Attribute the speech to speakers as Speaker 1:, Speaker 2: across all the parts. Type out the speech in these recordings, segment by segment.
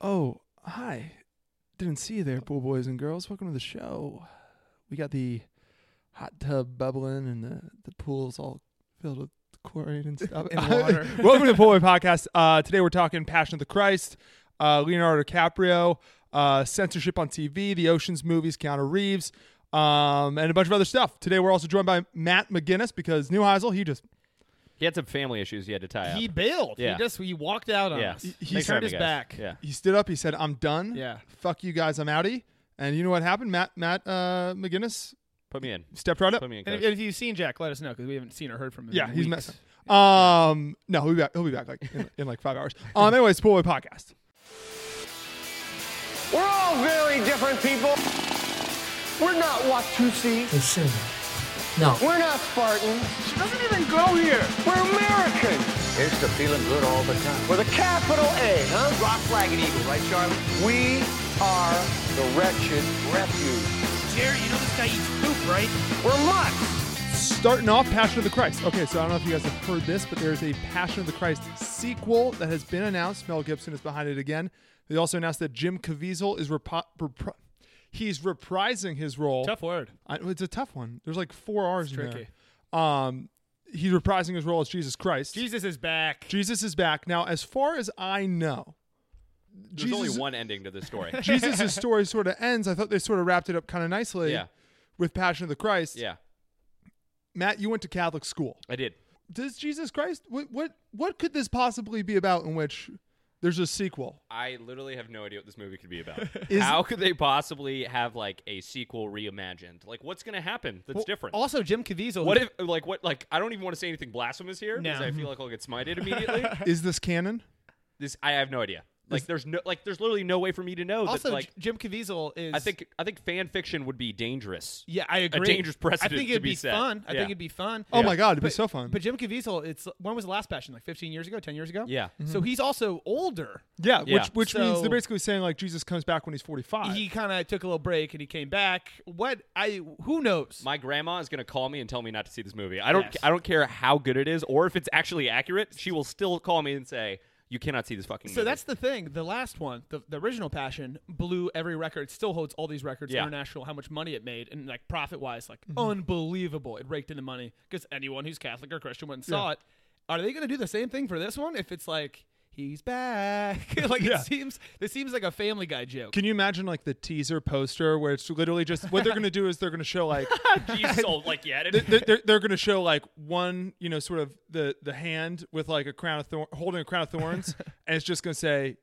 Speaker 1: Oh, Hi. Didn't see you there, pool boys and girls. Welcome to the show. We got the hot tub bubbling and the, the pool's all filled with chlorine and stuff.
Speaker 2: And water.
Speaker 1: Welcome to the Pool Boy Podcast. Uh, today we're talking Passion of the Christ, uh, Leonardo DiCaprio, uh, censorship on TV, the Oceans movies, Keanu Reeves, um, and a bunch of other stuff. Today we're also joined by Matt McGinnis because Neuheisel, he just
Speaker 3: He had some family issues he had to tie up.
Speaker 2: He bailed.
Speaker 3: Yeah.
Speaker 2: He just he walked out on
Speaker 3: Yeah.
Speaker 2: us.
Speaker 3: He-
Speaker 1: he
Speaker 2: he
Speaker 3: Thanks for
Speaker 2: turned
Speaker 3: having
Speaker 2: his
Speaker 3: me, guys.
Speaker 2: back.
Speaker 3: Yeah.
Speaker 1: he stood up. He said, "I'm done.
Speaker 2: Yeah.
Speaker 1: fuck you guys. I'm outy." And you know what happened? Matt Matt uh, McGinnis
Speaker 3: Put me in.
Speaker 1: stepped right up.
Speaker 3: Put me in.
Speaker 2: And
Speaker 3: Coach.
Speaker 2: if, and if you've seen Jack, let us know because we haven't seen or heard from him.
Speaker 1: Yeah,
Speaker 2: in
Speaker 1: he's
Speaker 2: weeks.
Speaker 1: messing. Um, no, he'll be back. He'll be back like in, in like five hours. Um, anyways, Pool Boy Podcast.
Speaker 4: We're all very different people. We're not Watusi.
Speaker 5: Listen. No.
Speaker 4: We're not Spartans. She doesn't even go here. We're American.
Speaker 6: Here's to feeling good all the time.
Speaker 4: With a capital A, huh?
Speaker 6: Rock, flag, and eagle, right, Charlie?
Speaker 4: We are the wretched refuge.
Speaker 7: Jerry, you know this guy eats poop, right?
Speaker 4: We're mutts.
Speaker 1: Starting off, Passion of the Christ. Okay, so I don't know if you guys have heard this, but there's a Passion of the Christ sequel that has been announced. Mel Gibson is behind it again. They also announced that Jim Caviezel is repo- repri- he's reprising his role.
Speaker 2: Tough word.
Speaker 1: I, it's a tough one. There's like four R's in
Speaker 2: tricky.
Speaker 1: there. Um, he's reprising his role as Jesus Christ.
Speaker 2: Jesus is back.
Speaker 1: Jesus is back now. As far as I know,
Speaker 3: There's only one ending to this story.
Speaker 1: Jesus' story sort of ends. I thought they sort of wrapped it up kind of nicely
Speaker 3: Yeah.
Speaker 1: with Passion of the Christ.
Speaker 3: yeah,
Speaker 1: Matt, you went to Catholic school.
Speaker 3: I did.
Speaker 1: Does Jesus Christ what what what could this possibly be about in which there's a sequel?
Speaker 3: I literally have no idea what this movie could be about.
Speaker 1: Is-
Speaker 3: How could they possibly have like a sequel reimagined? Like, what's gonna happen that's different?
Speaker 2: Also, Jim Caviezel.
Speaker 3: what if like what like I don't even want to say anything blasphemous here because
Speaker 2: No.
Speaker 3: I feel like I'll get smited immediately.
Speaker 1: Is this canon?
Speaker 3: this I have no idea. Like, there's no like there's literally no way for me to know.
Speaker 2: Also,
Speaker 3: that, like,
Speaker 2: J- Jim Caviezel is.
Speaker 3: I think I think fan fiction would be dangerous.
Speaker 2: Yeah, I agree.
Speaker 3: dangerous precedent
Speaker 2: I think
Speaker 3: to
Speaker 2: it'd
Speaker 3: be
Speaker 2: be,
Speaker 3: set.
Speaker 2: fun. I
Speaker 3: Yeah.
Speaker 2: think it'd be fun.
Speaker 1: Oh my god, it'd be
Speaker 2: But-
Speaker 1: so fun.
Speaker 2: But Jim Caviezel, it's when was the last Passion? Like 15 years ago, 10 years ago.
Speaker 3: Yeah.
Speaker 2: So he's also older.
Speaker 1: yeah,
Speaker 3: Yeah.
Speaker 1: which which means
Speaker 2: So-
Speaker 1: they're basically saying like Jesus comes back when he's 45.
Speaker 2: He kind of took a little break and he came back. What I who knows?
Speaker 3: My grandma is gonna call me and tell me not to see this movie. I don't.
Speaker 2: Yes.
Speaker 3: I don't care how good it is or if it's actually accurate. She will still call me and say you cannot see this fucking.
Speaker 2: So
Speaker 3: movie.
Speaker 2: that's the thing. The last one, the, the original Passion, blew every record. It still holds all these records,
Speaker 3: Yeah.
Speaker 2: international, how much money it made, and like profit wise, like unbelievable. It raked in the money because anyone who's Catholic or Christian went and saw it. Are they going to do the same thing for this one? If it's like he's back, like
Speaker 1: Yeah.
Speaker 2: it seems, this seems like a Family Guy joke.
Speaker 1: Can you imagine like the teaser poster where it's literally just what they're going to do is they're going to show like
Speaker 3: Jesus old like yeah.
Speaker 1: they're, they're, they're going to show like one, you know, sort of the the hand with like a crown of thorn, holding a crown of thorns, and it's just going to say,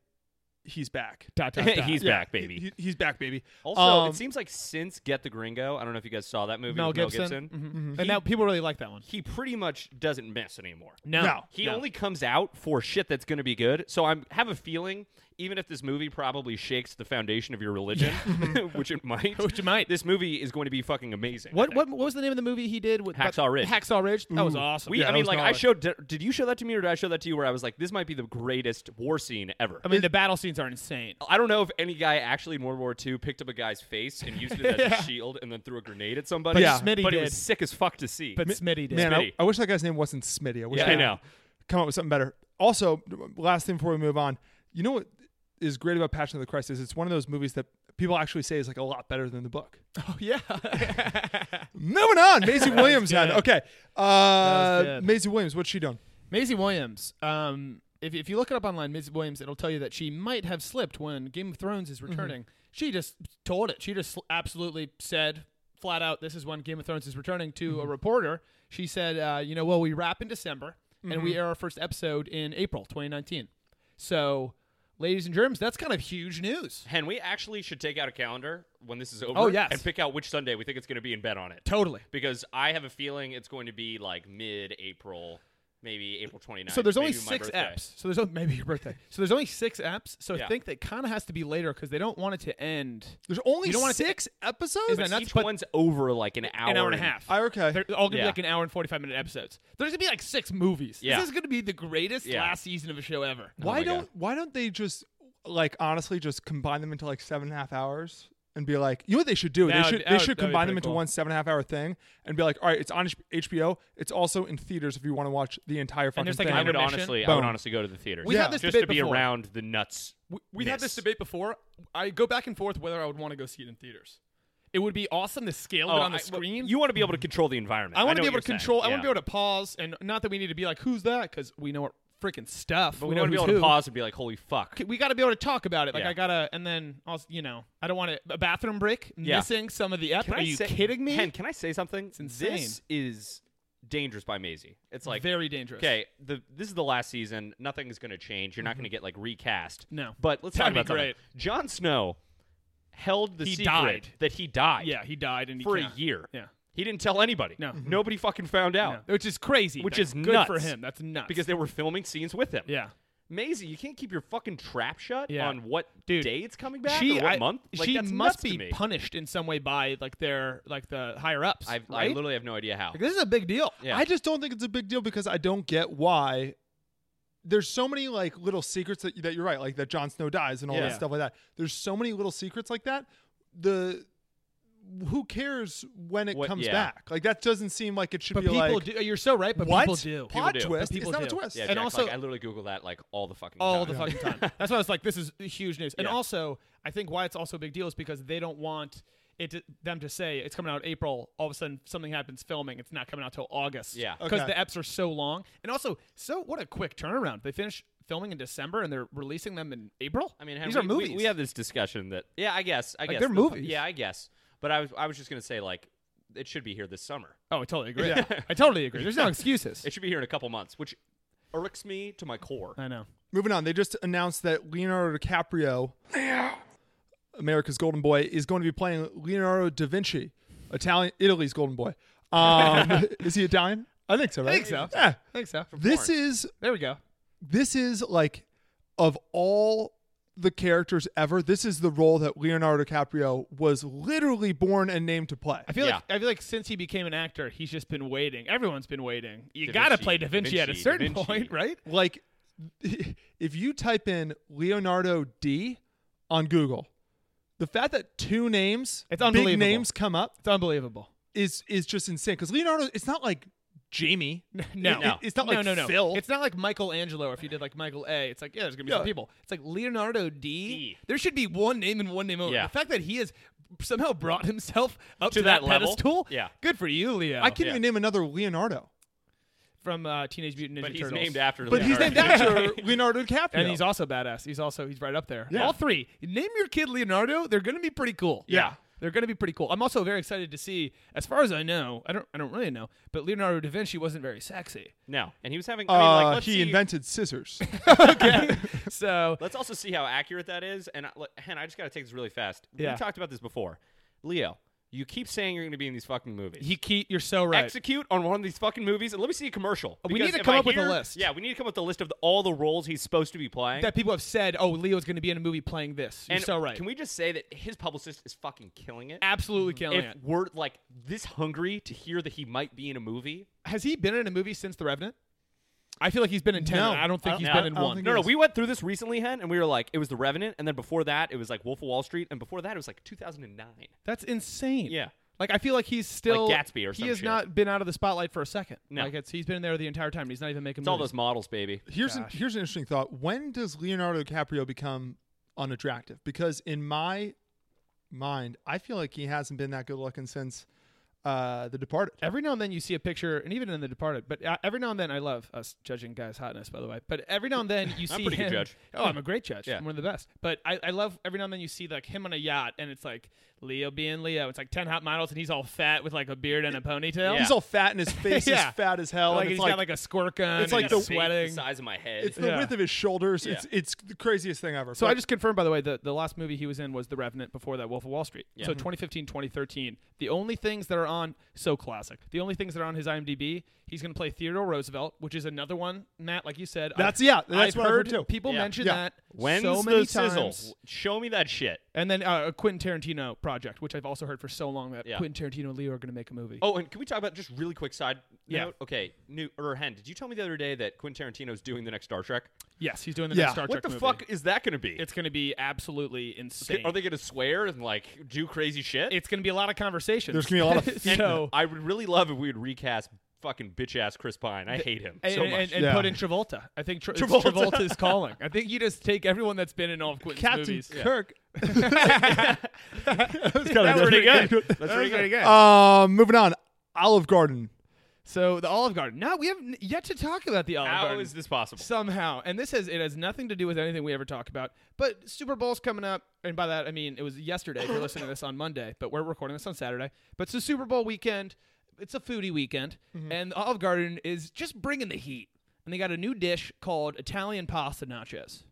Speaker 1: "He's back,
Speaker 2: Dot, dot, dot.
Speaker 3: He's
Speaker 1: Yeah,
Speaker 3: back, baby.
Speaker 1: he- he's back, baby."
Speaker 3: also,
Speaker 1: Um,
Speaker 3: it seems like since Get the Gringo, I don't know if you guys saw that movie.
Speaker 2: Mel
Speaker 3: with
Speaker 2: Gibson,
Speaker 3: Mel Gibson. Mm-hmm.
Speaker 2: Mhm. and now people really like that one.
Speaker 3: He pretty much doesn't miss anymore.
Speaker 1: No.
Speaker 3: He only comes out for shit that's going to be good. So I have a feeling, even if this movie probably shakes the foundation of your religion, which it might,
Speaker 2: Which it might.
Speaker 3: this movie is going to be fucking amazing. I
Speaker 2: What,
Speaker 3: think.
Speaker 2: what what was the name of the movie he did with
Speaker 3: Hacksaw Ridge.
Speaker 2: Hacksaw Ridge. That was awesome.
Speaker 3: We,
Speaker 2: Yeah,
Speaker 3: I
Speaker 2: that
Speaker 3: mean,
Speaker 2: was
Speaker 3: like I
Speaker 2: gnarly.
Speaker 3: showed. Did, did you show that to me, or did I show that to you? Where I was like, this might be the greatest war scene ever.
Speaker 2: I mean, the battle scenes are insane.
Speaker 3: I don't know if any guy actually in World War II picked up a guy's face and used it as a shield and then threw a grenade at somebody.
Speaker 2: But
Speaker 1: Yeah.
Speaker 2: Smitty
Speaker 3: but it
Speaker 2: did.
Speaker 3: was sick as fuck to see.
Speaker 2: But Smitty did.
Speaker 1: man, I,
Speaker 3: Smitty.
Speaker 1: I wish that guy's name wasn't Smitty. I wish
Speaker 3: Yeah,
Speaker 1: they
Speaker 3: I know.
Speaker 1: Come up with something better. Also, last thing before we move on, you know what is great about Passion of the Christ is it's one of those movies that people actually say is like a lot better than the book.
Speaker 2: Oh, yeah.
Speaker 1: Moving on, Maisie Williams had
Speaker 2: good.
Speaker 1: okay. Uh,
Speaker 2: good.
Speaker 1: Maisie Williams, what's she doing?
Speaker 2: Maisie Williams. Um, if, if you look it up online, Maisie Williams, it'll tell you that she might have slipped when Game of Thrones
Speaker 3: Mm-hmm.
Speaker 2: is returning. She just told it. She just absolutely said flat out, "This is when Game of Thrones is returning." To
Speaker 3: Mm-hmm.
Speaker 2: a reporter, she said, uh, "You know, well, we wrap in December, and
Speaker 3: Mm-hmm.
Speaker 2: we air our first episode in April 2019." So, ladies and germs, that's kind of huge news.
Speaker 3: Hen, we actually should take out a calendar when this is over.
Speaker 2: Oh, yes.
Speaker 3: and pick out which Sunday we think it's going to be and bet on it.
Speaker 2: Totally.
Speaker 3: Because I have a feeling it's going to be like mid-April, maybe April 29th.
Speaker 2: So there's only
Speaker 3: maybe my
Speaker 2: six
Speaker 3: birthday.
Speaker 2: eps. So there's only, maybe your birthday. So there's only six eps. So
Speaker 3: Yeah.
Speaker 2: I think that kind of has to be later because they don't want it to end.
Speaker 1: There's only
Speaker 2: You don't want it to-
Speaker 1: six episodes.
Speaker 2: Is that
Speaker 3: But
Speaker 2: nuts?
Speaker 3: each
Speaker 2: But-
Speaker 3: one's over like an hour,
Speaker 2: an hour and a half.
Speaker 1: I- okay.
Speaker 2: They're all gonna
Speaker 3: Yeah.
Speaker 2: be like an hour and forty five minute episodes. There's gonna be like six movies.
Speaker 3: Yeah.
Speaker 2: This is gonna be the greatest
Speaker 3: Yeah.
Speaker 2: last season of a show ever.
Speaker 1: Why
Speaker 3: my God.
Speaker 1: don't Why don't they just like honestly just combine them into like seven and a half hours and be like, you know what they should do?
Speaker 2: That
Speaker 1: they
Speaker 2: would-
Speaker 1: should
Speaker 2: that
Speaker 1: they
Speaker 2: would-
Speaker 1: should
Speaker 2: that would be
Speaker 1: combine them
Speaker 2: pretty
Speaker 1: into
Speaker 2: cool.
Speaker 1: one seven and a half hour thing and be like, all right, it's on HBO. It's also in theaters if you want to watch the entire fucking
Speaker 2: there's, like,
Speaker 1: thing.
Speaker 2: an
Speaker 3: I would
Speaker 2: intermission.
Speaker 3: honestly, I
Speaker 1: Boom.
Speaker 3: would honestly go to the theater.
Speaker 2: We
Speaker 1: had
Speaker 2: this
Speaker 3: just
Speaker 2: debate
Speaker 3: to be
Speaker 2: before.
Speaker 3: around the nuts.
Speaker 2: we, we had this
Speaker 3: Miss.
Speaker 2: debate before. I go back and forth whether I would want to go see it in theaters. It would be awesome to scale it on the
Speaker 3: Oh, I- well,
Speaker 2: screen.
Speaker 3: You want to be able to control the environment.
Speaker 2: I want
Speaker 3: know
Speaker 2: to be
Speaker 3: what
Speaker 2: able to
Speaker 3: you're saying.
Speaker 2: control. I want to
Speaker 3: Yeah.
Speaker 2: be able to pause, and not that we need to be like, "Who's that?" Because we know what freaking stuff.
Speaker 3: But
Speaker 2: we
Speaker 3: we
Speaker 2: know
Speaker 3: want to be
Speaker 2: who's
Speaker 3: able to
Speaker 2: who.
Speaker 3: pause and be like, "Holy fuck!"
Speaker 2: C- We got to be able to talk about it. Like
Speaker 3: Yeah.
Speaker 2: I gotta, and then also, you know, I don't want to, a bathroom break,
Speaker 3: Yeah.
Speaker 2: missing some of the ep.
Speaker 3: Can
Speaker 2: Are
Speaker 3: I
Speaker 2: you
Speaker 3: say-
Speaker 2: kidding me?
Speaker 3: Hen, can I say something?
Speaker 2: insane.
Speaker 3: This is dangerous by Maisie. It's like
Speaker 2: Very dangerous.
Speaker 3: Okay, the this is the last season. Nothing is going to change. You're not going to get like recast.
Speaker 2: Mm-hmm. No.
Speaker 3: But let's
Speaker 2: That'd
Speaker 3: talk about
Speaker 2: be great.
Speaker 3: something. Jon Snow held the
Speaker 2: He
Speaker 3: secret
Speaker 2: died.
Speaker 3: that he died.
Speaker 2: Yeah, he died and he
Speaker 3: for a
Speaker 2: can't-
Speaker 3: year.
Speaker 2: Yeah.
Speaker 3: He didn't tell anybody.
Speaker 2: No. Mhm.
Speaker 3: Nobody fucking found
Speaker 2: Yeah.
Speaker 3: out.
Speaker 2: Which is crazy.
Speaker 3: Which
Speaker 2: That's
Speaker 3: is
Speaker 2: good
Speaker 3: nuts
Speaker 2: for him. That's nuts.
Speaker 3: Because they were filming scenes with him.
Speaker 2: yeah.
Speaker 3: Maisie, you can't keep your fucking trap shut
Speaker 2: Yeah.
Speaker 3: on what
Speaker 2: Dude,
Speaker 3: day it's coming back
Speaker 2: she
Speaker 3: or what
Speaker 2: I-
Speaker 3: month. Like,
Speaker 2: she
Speaker 3: that's
Speaker 2: must
Speaker 3: nuts to
Speaker 2: be
Speaker 3: me.
Speaker 2: punished in some way by like their like the higher ups.
Speaker 3: I've,
Speaker 2: right?
Speaker 3: I literally have no idea how.
Speaker 2: Like, this is a big deal.
Speaker 3: Yeah.
Speaker 1: I just don't think it's a big deal because I don't get why. There's so many like little secrets that, that you're right, like that Jon Snow dies and all
Speaker 3: Yeah.
Speaker 1: that stuff like that. There's so many little secrets like that. The who cares when it
Speaker 3: What-
Speaker 1: comes
Speaker 3: yeah.
Speaker 1: back? Like that doesn't seem like it should
Speaker 2: But
Speaker 1: be
Speaker 2: people
Speaker 1: like
Speaker 2: do. You're so right. But
Speaker 1: what
Speaker 2: people do.
Speaker 1: plot
Speaker 3: People do.
Speaker 1: twist.
Speaker 2: People
Speaker 1: it's not
Speaker 2: do.
Speaker 1: a twist.
Speaker 3: Yeah,
Speaker 2: And
Speaker 3: Jack's
Speaker 2: also-
Speaker 3: like, I literally Google that like all the fucking
Speaker 2: all
Speaker 3: time.
Speaker 2: the fucking time. That's why I was like, this is huge news. And
Speaker 3: Yeah.
Speaker 2: also, I think why it's also a big deal is because they don't want it to, them to say it's coming out April. All of a sudden, something happens filming. It's not coming out till August.
Speaker 3: Yeah.
Speaker 2: because
Speaker 1: Okay.
Speaker 2: the eps are so long. And also, so what a quick turnaround. They finish filming in December and they're releasing them in April.
Speaker 3: I mean,
Speaker 2: these
Speaker 3: we,
Speaker 2: are movies.
Speaker 3: We, we have this discussion that yeah, I guess I guess
Speaker 2: they're
Speaker 3: the-
Speaker 2: movies.
Speaker 3: Yeah, I guess. But I was I was just gonna say like it should be here this summer.
Speaker 2: oh, I totally agree. I totally agree. There's no excuses.
Speaker 3: It should be here in a couple months, which irks me to my core.
Speaker 2: I know.
Speaker 1: Moving on, they just announced that Leonardo DiCaprio, America's Golden Boy, is going to be playing Leonardo da Vinci, Italian, Italy's Golden Boy. Um, is he Italian? I think so. Right? I
Speaker 2: think so.
Speaker 1: Yeah.
Speaker 2: I think so.
Speaker 1: This is
Speaker 2: there we go.
Speaker 1: this is like of all the characters ever, this is the role that Leonardo DiCaprio was literally born and named to play.
Speaker 2: I feel
Speaker 3: Yeah.
Speaker 2: like I feel like since he became an actor, he's just been waiting. Everyone's been waiting. You
Speaker 3: Da
Speaker 2: gotta
Speaker 3: Vinci,
Speaker 2: play Da
Speaker 3: Da
Speaker 2: Vinci, at a
Speaker 3: Vinci, Da
Speaker 2: certain
Speaker 3: Vinci.
Speaker 2: point, right?
Speaker 1: like if you type in Leonardo D on Google, the fact that two names,
Speaker 2: It's
Speaker 1: big
Speaker 2: unbelievable.
Speaker 1: names come up
Speaker 2: It's unbelievable.
Speaker 1: is is just insane cuz Leonardo it's not like Jamie.
Speaker 2: No,
Speaker 1: It- it- it's not
Speaker 2: no,
Speaker 1: like
Speaker 2: no, no.
Speaker 1: Phil.
Speaker 2: It's not like Michelangelo. If you did like Michael A, it's like yeah, there's gonna be
Speaker 1: Yeah.
Speaker 2: some people. It's like Leonardo D.
Speaker 3: D.
Speaker 2: There should be one name and one name only.
Speaker 3: Yeah.
Speaker 2: The fact that he has somehow brought himself up to,
Speaker 3: To
Speaker 2: that,
Speaker 3: that level?
Speaker 2: pedestal.
Speaker 3: Yeah.
Speaker 2: good for you, Leo.
Speaker 1: I can't
Speaker 3: yeah.
Speaker 1: even name another Leonardo.
Speaker 2: from uh, Teenage Mutant Ninja
Speaker 3: But he's
Speaker 2: Turtles.
Speaker 3: named after
Speaker 1: But he's named
Speaker 3: Leonardo.
Speaker 1: after Leonardo DiCaprio.
Speaker 2: and he's also badass. He's also he's right up there.
Speaker 1: Yeah.
Speaker 2: All three. Name your kid Leonardo. They're gonna be pretty cool.
Speaker 1: Yeah.
Speaker 2: They're going to be pretty cool. I'm also very excited to see. As far as I know, I don't, I don't really know, but Leonardo da Vinci wasn't very sexy.
Speaker 3: No. And he was having
Speaker 1: uh,
Speaker 3: I mean, like, let's
Speaker 1: he
Speaker 3: see-
Speaker 1: invented scissors.
Speaker 2: So
Speaker 3: Let's also see how accurate that is. And I- like, Hen, I just got to take this really fast.
Speaker 2: Yeah.
Speaker 3: We talked about this before. Leo, you keep saying you're going to be in these fucking movies.
Speaker 2: he, he, you're so right.
Speaker 3: Execute on one of these fucking movies, and let me see a commercial.
Speaker 2: We need
Speaker 3: Because
Speaker 2: to
Speaker 3: if
Speaker 2: come
Speaker 3: I
Speaker 2: up with a
Speaker 3: hear-
Speaker 2: list.
Speaker 3: Yeah, we need to come up with a list of the, all the roles he's supposed to be playing.
Speaker 2: that people have said, "Oh, Leo's going to be in a movie playing this." You're
Speaker 3: and
Speaker 2: so right.
Speaker 3: Can we just say that his publicist is fucking killing it?
Speaker 2: absolutely killing
Speaker 3: if
Speaker 2: it?
Speaker 3: we're like this hungry to hear that he might be in a movie.
Speaker 2: Has he been in a movie since The Revenant? I feel like he's been in ten.
Speaker 1: No.
Speaker 2: I don't think
Speaker 1: I-
Speaker 2: he's
Speaker 1: no,
Speaker 2: been in
Speaker 1: I don't
Speaker 2: one.
Speaker 1: think
Speaker 3: No, no,
Speaker 1: Yes.
Speaker 3: we went through this recently, Hen, and we were like, it was The Revenant, and then before that, it was like Wolf of Wall Street, and before that, it was like 2009.
Speaker 2: That's insane.
Speaker 3: Yeah.
Speaker 2: Like I feel like he's still
Speaker 3: Gatsby or
Speaker 2: he
Speaker 3: some
Speaker 2: has
Speaker 3: shit.
Speaker 2: not been out of the spotlight for a second.
Speaker 3: No.
Speaker 2: Like it's he's been there the entire time. He's not even making
Speaker 3: It's all those models, baby.
Speaker 1: Here's an, here's an interesting thought. When does Leonardo DiCaprio become unattractive? Because in my mind, I feel like he hasn't been that good looking since uh, The Departed.
Speaker 2: every now and then you see a picture, and even in The Departed, but uh, every now and then I love us judging guys' hotness, by the way. But every now and then you see
Speaker 3: I'm a pretty good
Speaker 2: him-
Speaker 3: judge.
Speaker 2: Oh, I'm a great judge.
Speaker 3: Yeah.
Speaker 2: I'm one of the best. But I, I love every now and then you see like him on a yacht, and it's like Leo being Leo. It's like ten hot models, and he's all fat with like a beard and a ponytail.
Speaker 3: Yeah.
Speaker 1: He's all fat and his face
Speaker 2: Yeah.
Speaker 1: is fat as hell.
Speaker 2: Like
Speaker 1: and
Speaker 2: he's
Speaker 1: it's like,
Speaker 2: got like a squirt gun.
Speaker 1: it's
Speaker 2: and
Speaker 1: like
Speaker 2: he's
Speaker 1: the-
Speaker 3: The
Speaker 2: sweating.
Speaker 3: size of my head.
Speaker 1: it's the
Speaker 2: yeah.
Speaker 1: width of his shoulders.
Speaker 3: Yeah.
Speaker 1: It's it's the craziest thing ever.
Speaker 2: So
Speaker 1: But
Speaker 2: I just confirmed, by the way, the, the last movie he was in was The Revenant before that Wolf of Wall Street. So 2015, 2013. The only things that are on, so classic, the only things that are on his IMDb, he's going to play Theodore Roosevelt, which is another one, Matt, like you said.
Speaker 1: That's-
Speaker 2: I've-
Speaker 1: yeah, that's
Speaker 2: I've
Speaker 1: what I've
Speaker 2: heard
Speaker 1: heard too.
Speaker 2: People
Speaker 3: Yeah.
Speaker 2: mention
Speaker 1: Yeah.
Speaker 2: that
Speaker 3: When's
Speaker 2: so many
Speaker 3: the sizzle?
Speaker 2: times.
Speaker 3: Show me that shit.
Speaker 2: And then uh, a Quentin Tarantino project, which I've also heard for so long that
Speaker 3: Yeah.
Speaker 2: Quentin Tarantino and Leo are going to make a movie.
Speaker 3: Oh, and can we talk about just really quick side
Speaker 2: Yeah.
Speaker 3: note? Okay, new or Hen, did you tell me the other day that Quentin Tarantino's doing the next Star Trek?
Speaker 2: yes, he's doing the
Speaker 1: Yeah.
Speaker 2: next Star
Speaker 3: what
Speaker 2: Trek
Speaker 3: the
Speaker 2: movie.
Speaker 3: fuck is that going to be?
Speaker 2: It's going to be absolutely insane.
Speaker 3: Are they going to swear and like do crazy shit?
Speaker 2: it's going to be a lot of conversations.
Speaker 1: There's gonna be a lot of feet in
Speaker 2: so
Speaker 3: I would really love if we would recast fucking bitch ass Chris Pine. I hate him
Speaker 2: And,
Speaker 3: so
Speaker 2: and,
Speaker 3: much.
Speaker 2: and
Speaker 1: Yeah.
Speaker 2: put in Travolta. I think Tra- it's
Speaker 3: Travolta.
Speaker 2: Travolta's calling. I think you just take everyone that's been in all of Quentin's
Speaker 1: Captain
Speaker 2: movies.
Speaker 1: Kirk.
Speaker 3: That's pretty good. That's pretty good. Uh,
Speaker 1: Um, moving on. Olive Garden.
Speaker 2: So the Olive Garden. Now we have n- yet to talk about the Olive
Speaker 3: How
Speaker 2: Garden.
Speaker 3: is this possible?
Speaker 2: somehow and this has it has nothing to do with anything we ever talk about but super bowl's coming up and by that i mean it was yesterday if you're listening to this on monday but we're recording this on saturday but it's a super bowl weekend it's a foodie weekend
Speaker 3: Mm-hmm.
Speaker 2: and olive garden is just bringing the heat and they got a new dish called italian pasta nachos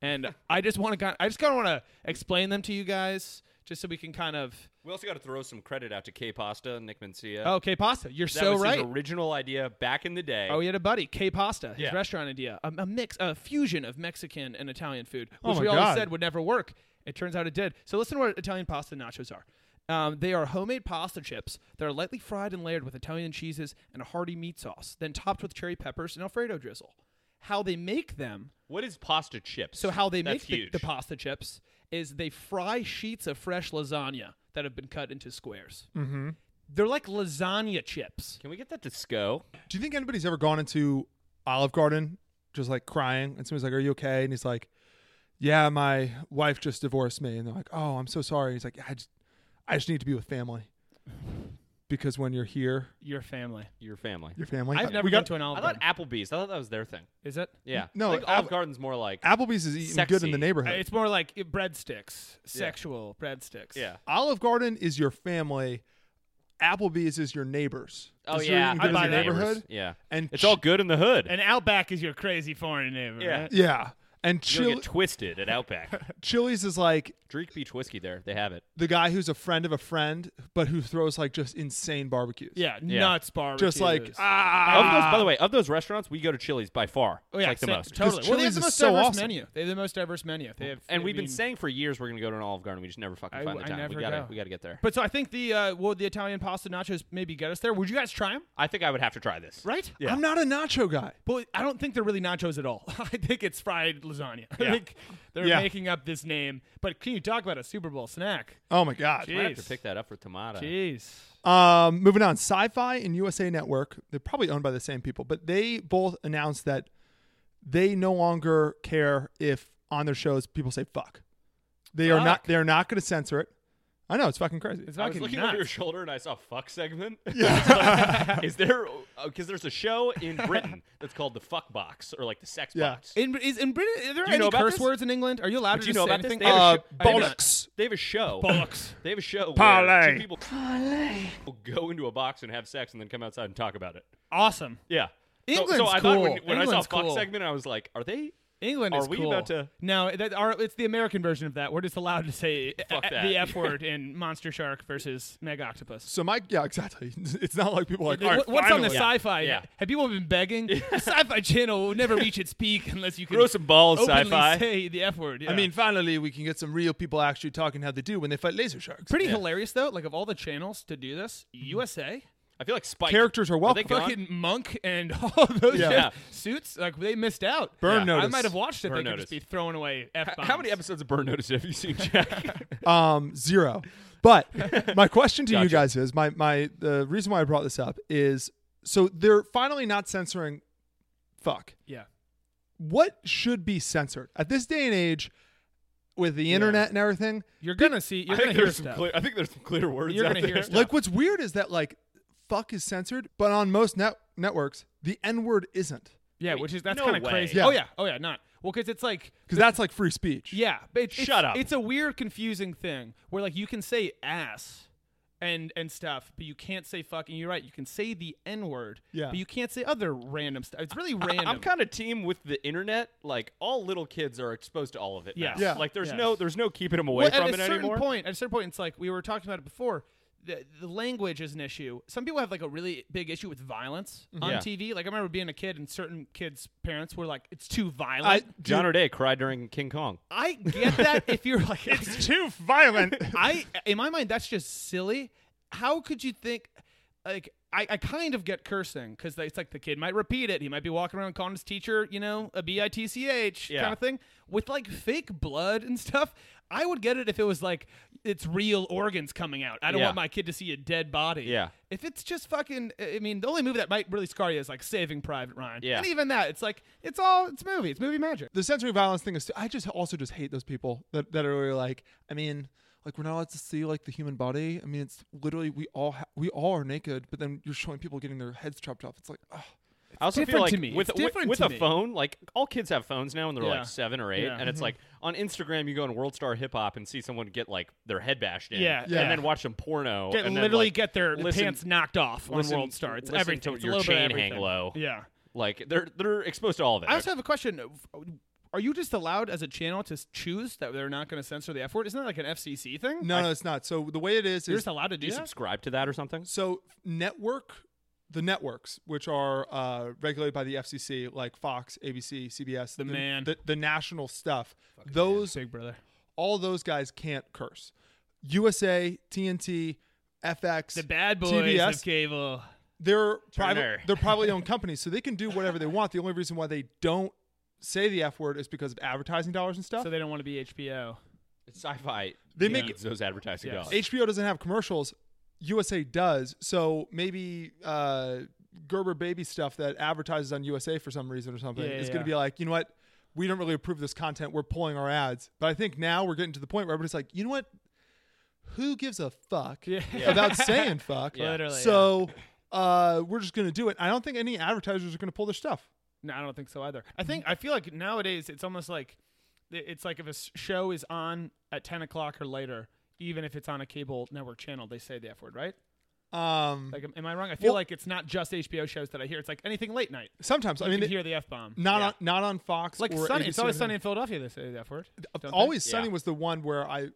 Speaker 2: and i just want to i just kind of want to explain them to you guys just so we can kind of
Speaker 3: We also got to throw some credit out to K Pasta, Nick Mencia.
Speaker 2: okay pasta you're
Speaker 3: that
Speaker 2: Oh, so
Speaker 3: was
Speaker 2: right
Speaker 3: his original idea back in the day.
Speaker 2: Oh, he had a buddy, K Pasta, his
Speaker 3: Yeah.
Speaker 2: restaurant idea, a, a mix, a fusion of Mexican and Italian food,
Speaker 1: Oh
Speaker 2: which
Speaker 1: my
Speaker 2: we always
Speaker 1: God.
Speaker 2: said would never work. It turns out it did. So listen to what Italian pasta nachos are. Um, they are homemade pasta chips that are lightly fried and layered with Italian cheeses and a hearty meat sauce, then topped with cherry peppers and Alfredo drizzle. How they make them
Speaker 3: What is pasta chips?
Speaker 2: so how they
Speaker 3: That's
Speaker 2: make the,
Speaker 3: huge.
Speaker 2: the pasta chips is they fry sheets of fresh lasagna that have been cut into squares. Mm-hmm. They're like lasagna chips.
Speaker 3: Can we get that to SCO?
Speaker 1: Do you think anybody's ever gone into Olive Garden just like crying and somebody's like, Are you okay? And he's like, Yeah, my wife just divorced me. And they're like, Oh, I'm so sorry. he's like, I just, I just need to be with family. Because when you're here,
Speaker 2: Your family.
Speaker 3: Your family.
Speaker 1: your family. Uh,
Speaker 2: I've never
Speaker 1: we
Speaker 2: been
Speaker 1: got,
Speaker 2: to an
Speaker 3: I
Speaker 2: Olive
Speaker 3: thought
Speaker 2: Garden.
Speaker 3: Applebee's. I thought that was their thing.
Speaker 2: Is it?
Speaker 3: Yeah.
Speaker 1: No,
Speaker 3: I think
Speaker 1: Apple-
Speaker 3: Olive Garden's more like.
Speaker 1: Applebee's is eating good in the
Speaker 3: Sexy.
Speaker 1: neighborhood.
Speaker 2: Uh, It's more like i- breadsticks, sexual breadsticks.
Speaker 3: yeah.
Speaker 1: Olive Garden is your family. Applebee's is your neighbors.
Speaker 3: Oh
Speaker 1: Is
Speaker 3: yeah.
Speaker 1: your-
Speaker 3: I
Speaker 1: your
Speaker 2: buy that.
Speaker 1: neighborhood.
Speaker 3: Yeah.
Speaker 1: And
Speaker 3: It's all good in the hood.
Speaker 7: And Outback is your crazy foreign neighbor.
Speaker 3: Yeah.
Speaker 7: Right?
Speaker 1: Yeah, and
Speaker 3: you don't
Speaker 1: Chili,
Speaker 3: get twisted at Outback.
Speaker 1: Chili's is like
Speaker 3: Drink Beach whiskey there. They have it.
Speaker 1: the guy who's a friend of a friend, but who throws like just insane barbecues.
Speaker 2: Yeah,
Speaker 3: Yeah.
Speaker 2: nuts barbecue.
Speaker 1: just like
Speaker 3: Of
Speaker 1: ah.
Speaker 3: those, by the way, of those restaurants, we go to Chili's by far.
Speaker 2: oh yeah,
Speaker 3: like the
Speaker 2: sa-
Speaker 3: most.
Speaker 2: Totally. Well, they
Speaker 1: Chili's
Speaker 2: have the
Speaker 1: is
Speaker 2: most
Speaker 1: so
Speaker 2: diverse
Speaker 1: awesome.
Speaker 2: menu. They have the most diverse menu. They have,
Speaker 3: And
Speaker 2: I
Speaker 3: we've been
Speaker 2: mean-
Speaker 3: saying for years we're gonna go to an Olive Garden. We just never fucking
Speaker 2: I-
Speaker 3: find the
Speaker 2: I
Speaker 3: time. we
Speaker 2: never
Speaker 3: gotta,
Speaker 2: go.
Speaker 3: we gotta get there.
Speaker 2: But so I think the uh, well, the Italian pasta nachos maybe get us there. Would you guys try them?
Speaker 3: I think I would have to try this.
Speaker 2: Right?
Speaker 3: Yeah.
Speaker 1: I'm not a nacho guy.
Speaker 2: But I don't think they're really nachos at all. I think it's fried lasagna. I
Speaker 3: Yeah.
Speaker 2: think they're
Speaker 1: Yeah.
Speaker 2: making up this name. But can you talk about a Super Bowl snack?
Speaker 1: Oh my god.
Speaker 3: Might have to
Speaker 2: Jeez.
Speaker 3: pick that up for Tamada.
Speaker 2: Jeez.
Speaker 1: Um, moving on, Sci-Fi and USA Network. They're probably owned by the same people, but they both announced that they no longer care if on their shows people say fuck. They are not.
Speaker 2: Fuck.
Speaker 1: They're not going to censor it. I know it's fucking crazy.
Speaker 2: It's
Speaker 3: I was
Speaker 2: fucking
Speaker 3: looking
Speaker 2: nuts.
Speaker 3: over your shoulder and I saw fuck segment. Yeah. is there because there's a show in Britain that's called the fuck box or like the sex
Speaker 1: Yeah.
Speaker 3: box.
Speaker 2: in, is, in Britain, are there
Speaker 3: you
Speaker 2: any
Speaker 3: know about
Speaker 2: curse
Speaker 3: this?
Speaker 2: words in England? Are you allowed
Speaker 3: Do
Speaker 2: to
Speaker 3: you
Speaker 2: just
Speaker 3: know
Speaker 2: say
Speaker 3: about this?
Speaker 2: anything?
Speaker 3: They have a
Speaker 1: Uh,
Speaker 3: show- I did not-
Speaker 1: bollocks.
Speaker 3: They have a show.
Speaker 2: Bollocks.
Speaker 3: They have a show where
Speaker 1: Parlay.
Speaker 3: two people will go into a box and have sex and then come outside and talk about it.
Speaker 2: Awesome.
Speaker 3: Yeah. So-
Speaker 2: England's
Speaker 3: so, I thought when,
Speaker 2: cool.
Speaker 3: when I saw
Speaker 2: England's
Speaker 3: fuck
Speaker 2: cool.
Speaker 3: segment, I was like, are they?
Speaker 2: England
Speaker 3: Are
Speaker 2: is
Speaker 3: we
Speaker 2: cool.
Speaker 3: about to-
Speaker 2: No, that, our, it's the American version of that. We're just allowed to say
Speaker 3: Fuck
Speaker 2: a- a-
Speaker 3: that.
Speaker 2: the F word in Monster Shark versus Mega Octopus.
Speaker 1: So my yeah, exactly. It's not like people are like
Speaker 2: What-
Speaker 1: "All right,
Speaker 2: What's on the
Speaker 1: finally."
Speaker 2: sci-fi?
Speaker 3: Yeah.
Speaker 2: Have people been begging? The sci-fi channel will never reach its peak unless you can
Speaker 3: Grow some balls,
Speaker 2: openly
Speaker 3: sci-fi.
Speaker 2: Say the F word.
Speaker 1: I
Speaker 2: yeah.
Speaker 1: mean, finally, we can get some real people actually talking how they do when they fight laser sharks.
Speaker 2: pretty hilarious though. Like of all the channels to do this,
Speaker 3: Mm-hmm.
Speaker 2: USA.
Speaker 3: I feel like Spike
Speaker 1: Characters are welcome.
Speaker 3: they gone?
Speaker 2: Fucking monk and all those
Speaker 1: Yeah.
Speaker 3: Yeah.
Speaker 2: suits, like they missed out.
Speaker 1: Burn
Speaker 3: Yeah.
Speaker 1: notice.
Speaker 2: I might have watched it.
Speaker 3: Burn
Speaker 2: they could
Speaker 3: Notice.
Speaker 2: just be throwing away f bombs.
Speaker 3: How many episodes of Burn Notice have you seen, Jack?
Speaker 1: um, zero. But my question to you
Speaker 3: Gotcha.
Speaker 1: guys is my my the reason why I brought this up is so they're finally not censoring fuck.
Speaker 2: Yeah.
Speaker 1: What should be censored at this day and age with the internet and everything?
Speaker 2: You're gonna see. You're
Speaker 3: I think
Speaker 2: gonna hear
Speaker 3: there's some
Speaker 2: stuff.
Speaker 3: clear- I think there's some clear words
Speaker 2: You're
Speaker 3: out
Speaker 2: gonna hear
Speaker 3: there.
Speaker 2: stuff.
Speaker 1: Like what's weird is that like fuck is censored, but on most net networks the n word isn't
Speaker 2: Yeah, which is that's
Speaker 3: no
Speaker 2: kind of
Speaker 3: way.
Speaker 2: crazy.
Speaker 1: Yeah.
Speaker 2: Oh yeah, oh yeah, not well because it's like
Speaker 1: because that's like free speech.
Speaker 2: yeah, but it's, it's-
Speaker 3: Shut up.
Speaker 2: It's a weird, confusing thing where like you can say ass and and stuff, but you can't say fucking. You're right. You can say the n word.
Speaker 1: Yeah.
Speaker 2: but you can't say other random stuff. It's really random.
Speaker 3: I'm kind of team with the internet. Like all little kids are exposed to all of it.
Speaker 2: Yes.
Speaker 3: now.
Speaker 1: Yeah.
Speaker 3: Like there's
Speaker 2: Yes.
Speaker 3: no there's no keeping them away
Speaker 2: Well,
Speaker 3: from
Speaker 2: at
Speaker 3: it
Speaker 2: a certain
Speaker 3: anymore.
Speaker 2: point, at a certain point, it's like we were talking about it before. The, the language is an issue. Some people have like a really big issue with violence on
Speaker 3: Mm-hmm. Yeah.
Speaker 2: TV. Like I remember being a kid, and certain kids' parents were like, "It's too
Speaker 1: I,
Speaker 2: violent."
Speaker 3: John O'Day cried during King Kong.
Speaker 2: I get that if you're like, "It's
Speaker 1: too violent.
Speaker 2: I in my mind that's just silly. How could you think like I, I kind of get cursing because it's like the kid might repeat it. He might be walking around calling his teacher, you know, a B I T C H
Speaker 3: Yeah.
Speaker 2: kind of thing with like fake blood and stuff. I would get it if it was like it's real organs coming out. I don't
Speaker 3: Yeah.
Speaker 2: want my kid to see a dead body.
Speaker 3: Yeah.
Speaker 2: If it's just fucking, I I mean, the only movie that might really scar you is like Saving Private Ryan.
Speaker 3: Yeah.
Speaker 2: And even that, it's like it's all it's movie. It's movie magic.
Speaker 1: the sensory violence thing is I just also just hate those people that, that are really like I mean like we're not allowed to see like the human body I mean it's literally we all ha- we all are naked but then you're showing people getting their heads chopped off it's like oh
Speaker 3: I also feel
Speaker 2: different
Speaker 3: like
Speaker 2: to me.
Speaker 3: with
Speaker 2: It's
Speaker 3: with,
Speaker 2: different
Speaker 3: with
Speaker 2: to
Speaker 3: a
Speaker 2: me.
Speaker 3: phone, like all kids have phones now, and they're
Speaker 2: Yeah.
Speaker 3: like seven or eight,
Speaker 2: Yeah. Mm-hmm.
Speaker 3: and it's like on Instagram you go on World Star Hip Hop and see someone get like their head bashed in,
Speaker 2: Yeah.
Speaker 1: Yeah.
Speaker 3: and then watch some porno,
Speaker 2: Get
Speaker 3: and then,
Speaker 2: literally
Speaker 3: like,
Speaker 2: get their
Speaker 3: listen-
Speaker 2: pants knocked off on
Speaker 3: listen-
Speaker 2: World Star. It's
Speaker 3: listen
Speaker 2: everything.
Speaker 3: to
Speaker 2: It's a
Speaker 3: your
Speaker 2: little bit of
Speaker 3: chain
Speaker 2: everything.
Speaker 3: hang low.
Speaker 2: Yeah.
Speaker 3: Like they're they're exposed to all of it.
Speaker 2: I also have a question. Are you just allowed as a channel to choose that they're not going to censor the F word? Isn't that like an FCC thing?
Speaker 1: no no it's not so the way it is
Speaker 2: You're
Speaker 1: is
Speaker 2: just allowed to
Speaker 3: do
Speaker 2: do
Speaker 3: you
Speaker 2: that?
Speaker 3: subscribe to that or something?
Speaker 1: So network, the networks which are uh, regulated by the FCC, like Fox, ABC, CBS, the,
Speaker 2: man.
Speaker 1: the, the national stuff. those
Speaker 2: Big brother.
Speaker 1: all those guys can't curse. USA, TNT, FX,
Speaker 7: The bad boys
Speaker 1: TBS,
Speaker 7: of cable.
Speaker 1: they're private.
Speaker 3: Turner.
Speaker 1: They're privately owned companies, so they can do whatever they want. The only reason why they don't say the F word is because of advertising dollars and stuff.
Speaker 2: So they don't want to be HPO.
Speaker 3: Sci-fi.
Speaker 1: They make-
Speaker 3: needs those advertising
Speaker 2: Yes.
Speaker 3: dollars.
Speaker 1: HBO doesn't have commercials. USA does. So maybe uh, Gerber baby stuff that advertises on USA for some reason or something
Speaker 2: Yeah, yeah,
Speaker 1: is going to
Speaker 2: yeah.
Speaker 1: be like, you know what? We don't really approve this content. We're pulling our ads. But I think now we're getting to the point where everybody's like, you know what? Who gives a fuck about saying fuck?
Speaker 7: Literally,
Speaker 1: So uh, we're just going to do it. I don't think any advertisers are going to pull their stuff.
Speaker 2: No, I don't think so either. I think I feel like nowadays it's almost like it's like if a s- show is on at ten o'clock or later, even if it's on a cable network channel, they say the F word, right?
Speaker 1: Um,
Speaker 2: Like, am, am I wrong? I feel
Speaker 1: Well-
Speaker 2: like it's not just HBO shows that I hear. It's like anything late night.
Speaker 1: sometimes I
Speaker 2: You
Speaker 1: mean,
Speaker 2: can
Speaker 1: it-
Speaker 2: hear the F bomb.
Speaker 1: not on not on Fox.
Speaker 2: like
Speaker 1: or
Speaker 2: Sunny.
Speaker 1: ABC
Speaker 2: It's
Speaker 1: or
Speaker 2: always
Speaker 1: anything.
Speaker 2: sunny in Philadelphia. They say the F word. don't they?
Speaker 1: Always Sunny
Speaker 3: Yeah.
Speaker 1: was the one where I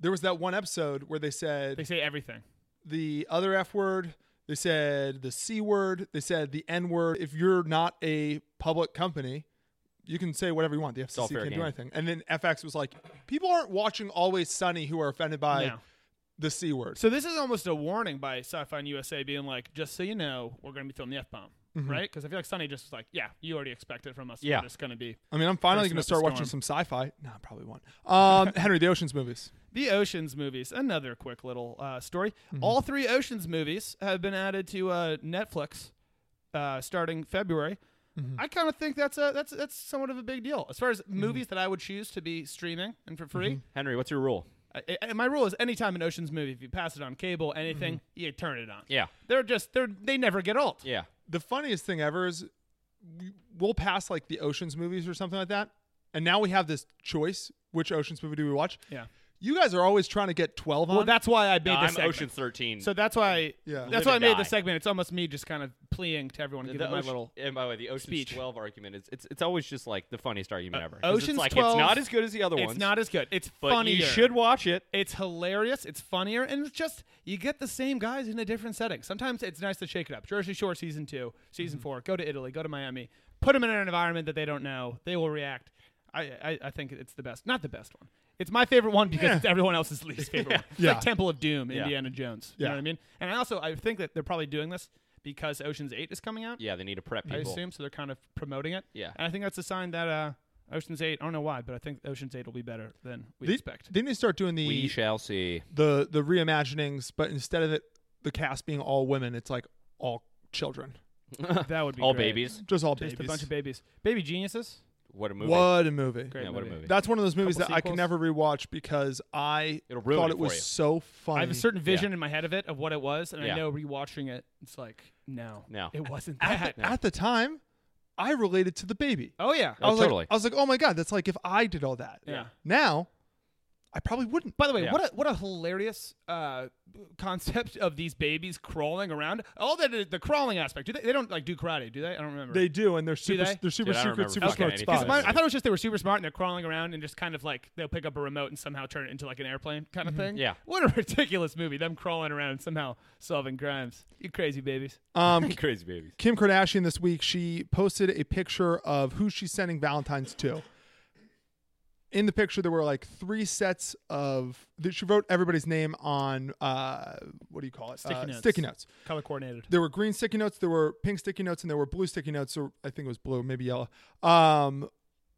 Speaker 1: there was that one episode where they said
Speaker 2: They say everything.
Speaker 1: the other F word, they said the C word, they said the N word. If you're not a public company, you can say whatever you want. The FCC
Speaker 3: all fair
Speaker 1: can't do
Speaker 3: game.
Speaker 1: anything. And then FX was like, people aren't watching Always Sunny who are offended by
Speaker 2: No.
Speaker 1: the C word.
Speaker 2: So this is almost a warning by Sci-Fi and USA being like, just so you know, we're going to be filming the F bomb,
Speaker 1: Mm-hmm.
Speaker 2: right? Because I feel like Sunny just was like, yeah, you already expect it from us.
Speaker 3: Yeah.
Speaker 2: We're just going to be
Speaker 1: I mean, I'm finally going
Speaker 2: Person
Speaker 1: to
Speaker 2: up a
Speaker 1: start watching some
Speaker 2: storm.
Speaker 1: sci-fi. No, I probably won't. Um, Henry, the Ocean's movies.
Speaker 2: The Oceans movies, another quick little uh, story. All three Oceans movies have been added to uh, Netflix uh, starting February. I kind of think that's a that's that's somewhat of a big deal as far as movies that I would choose to be streaming and for free.
Speaker 3: Henry, what's your rule?
Speaker 2: I, I- my rule is anytime an Oceans movie, if you pass it on cable, anything, you turn it on.
Speaker 3: Yeah.
Speaker 2: they're just they're they never get old.
Speaker 3: Yeah.
Speaker 1: the funniest thing ever is we, we'll pass like the oceans movies or something like that and now we have this choice which oceans movie do we watch
Speaker 2: Yeah.
Speaker 1: you guys are always trying to get 12 on
Speaker 2: Well, that's why I made this
Speaker 3: No, I'm
Speaker 2: segment.
Speaker 3: Ocean's Thirteen.
Speaker 2: So that's why
Speaker 1: Yeah.
Speaker 2: that's
Speaker 3: Live
Speaker 2: why I
Speaker 3: and
Speaker 2: made
Speaker 3: die.
Speaker 2: the segment. It's almost me just kind of pleading to everyone to give
Speaker 3: the
Speaker 2: it my
Speaker 3: ocean-
Speaker 2: little
Speaker 3: and by the way, the Ocean's
Speaker 2: speech.
Speaker 3: Twelve argument is it's, it's always just like the funniest argument ever. 'Cause
Speaker 2: Ocean's
Speaker 3: it's like,
Speaker 2: 12
Speaker 3: It's not as good as the other ones.
Speaker 2: It's not as good. It's
Speaker 3: but
Speaker 2: funnier.
Speaker 3: You should watch it.
Speaker 2: It's hilarious. It's funnier, and it's just you get the same guys in a different setting. Sometimes it's nice to shake it up. Jersey Shore season two, season
Speaker 3: Mm-hmm.
Speaker 2: four. Go to Italy. Go to Miami. Put them in an environment that they don't know. They will react. I I, I think it's the best. Not the best one. It's my favorite one because it's everyone else's least favorite one. It's
Speaker 1: Yeah.
Speaker 2: like Temple of Doom, Indiana Jones. You
Speaker 1: Yeah.
Speaker 2: know what I mean? And I also I think that they're probably doing this because Ocean's Eight is coming out.
Speaker 3: Yeah, they need to prep
Speaker 2: I
Speaker 3: people.
Speaker 2: assume so. They're kind of promoting it.
Speaker 3: Yeah.
Speaker 2: and I think that's a sign that uh, Ocean's Eight. I don't know why, but I think Ocean's Eight will be better than we
Speaker 1: they,
Speaker 2: expect.
Speaker 1: they need to start doing the,
Speaker 3: We shall see.
Speaker 1: the the reimaginings but instead of it the cast being all women it's like all children
Speaker 2: that would be
Speaker 3: All
Speaker 2: great.
Speaker 3: babies.
Speaker 1: just all
Speaker 2: Just
Speaker 1: babies
Speaker 2: a bunch of babies. Baby geniuses.
Speaker 3: What a movie.
Speaker 1: what a movie
Speaker 2: Great
Speaker 3: Yeah, what a
Speaker 2: movie.
Speaker 3: movie.
Speaker 1: that's one of those movies
Speaker 2: Couple
Speaker 1: that I can
Speaker 2: sequels.
Speaker 1: never rewatch because I
Speaker 3: It'll ruin
Speaker 1: thought
Speaker 3: it
Speaker 1: it was
Speaker 3: for you.
Speaker 1: so funny.
Speaker 2: I have a certain vision in my head of it of what it was, and
Speaker 3: Yeah.
Speaker 2: I know rewatching it, it's like no,
Speaker 3: No.
Speaker 2: it wasn't
Speaker 1: at,
Speaker 2: that.
Speaker 1: the, at the time, I related to the baby.
Speaker 2: oh yeah.
Speaker 1: I was
Speaker 3: totally.
Speaker 1: like, I was like, oh my god, that's like if I did all that.
Speaker 2: Yeah.
Speaker 1: Now, I probably wouldn't.
Speaker 2: By the way,
Speaker 3: Yeah.
Speaker 2: what a what a hilarious uh, concept of these babies crawling around. All that the crawling aspect. Do they, they don't like do karate? Do they? I don't remember.
Speaker 1: They do, and they're super.
Speaker 2: they?
Speaker 1: They? are super
Speaker 3: Dude, I
Speaker 1: secret,
Speaker 3: don't remember
Speaker 1: super
Speaker 3: fucking
Speaker 1: smart
Speaker 3: anything
Speaker 1: spies.
Speaker 3: about
Speaker 2: Mine- I thought it was just they were super smart and they're crawling around and just kind of like they'll pick up a remote and somehow turn it into like an airplane kind of thing.
Speaker 3: Yeah.
Speaker 2: What a ridiculous movie. Them crawling around and somehow solving crimes. You crazy babies.
Speaker 1: um,
Speaker 3: Crazy babies.
Speaker 1: Kim Kardashian this week she posted a picture of who she's sending Valentines to. In the picture, there were like three sets of. She wrote everybody's name on uh, what do you call it? Sticky
Speaker 2: Uh, notes.
Speaker 1: Sticky notes.
Speaker 2: Color coordinated.
Speaker 1: there were green sticky notes, there were pink sticky notes, and there were blue sticky notes, or I think it was blue, maybe yellow. Um,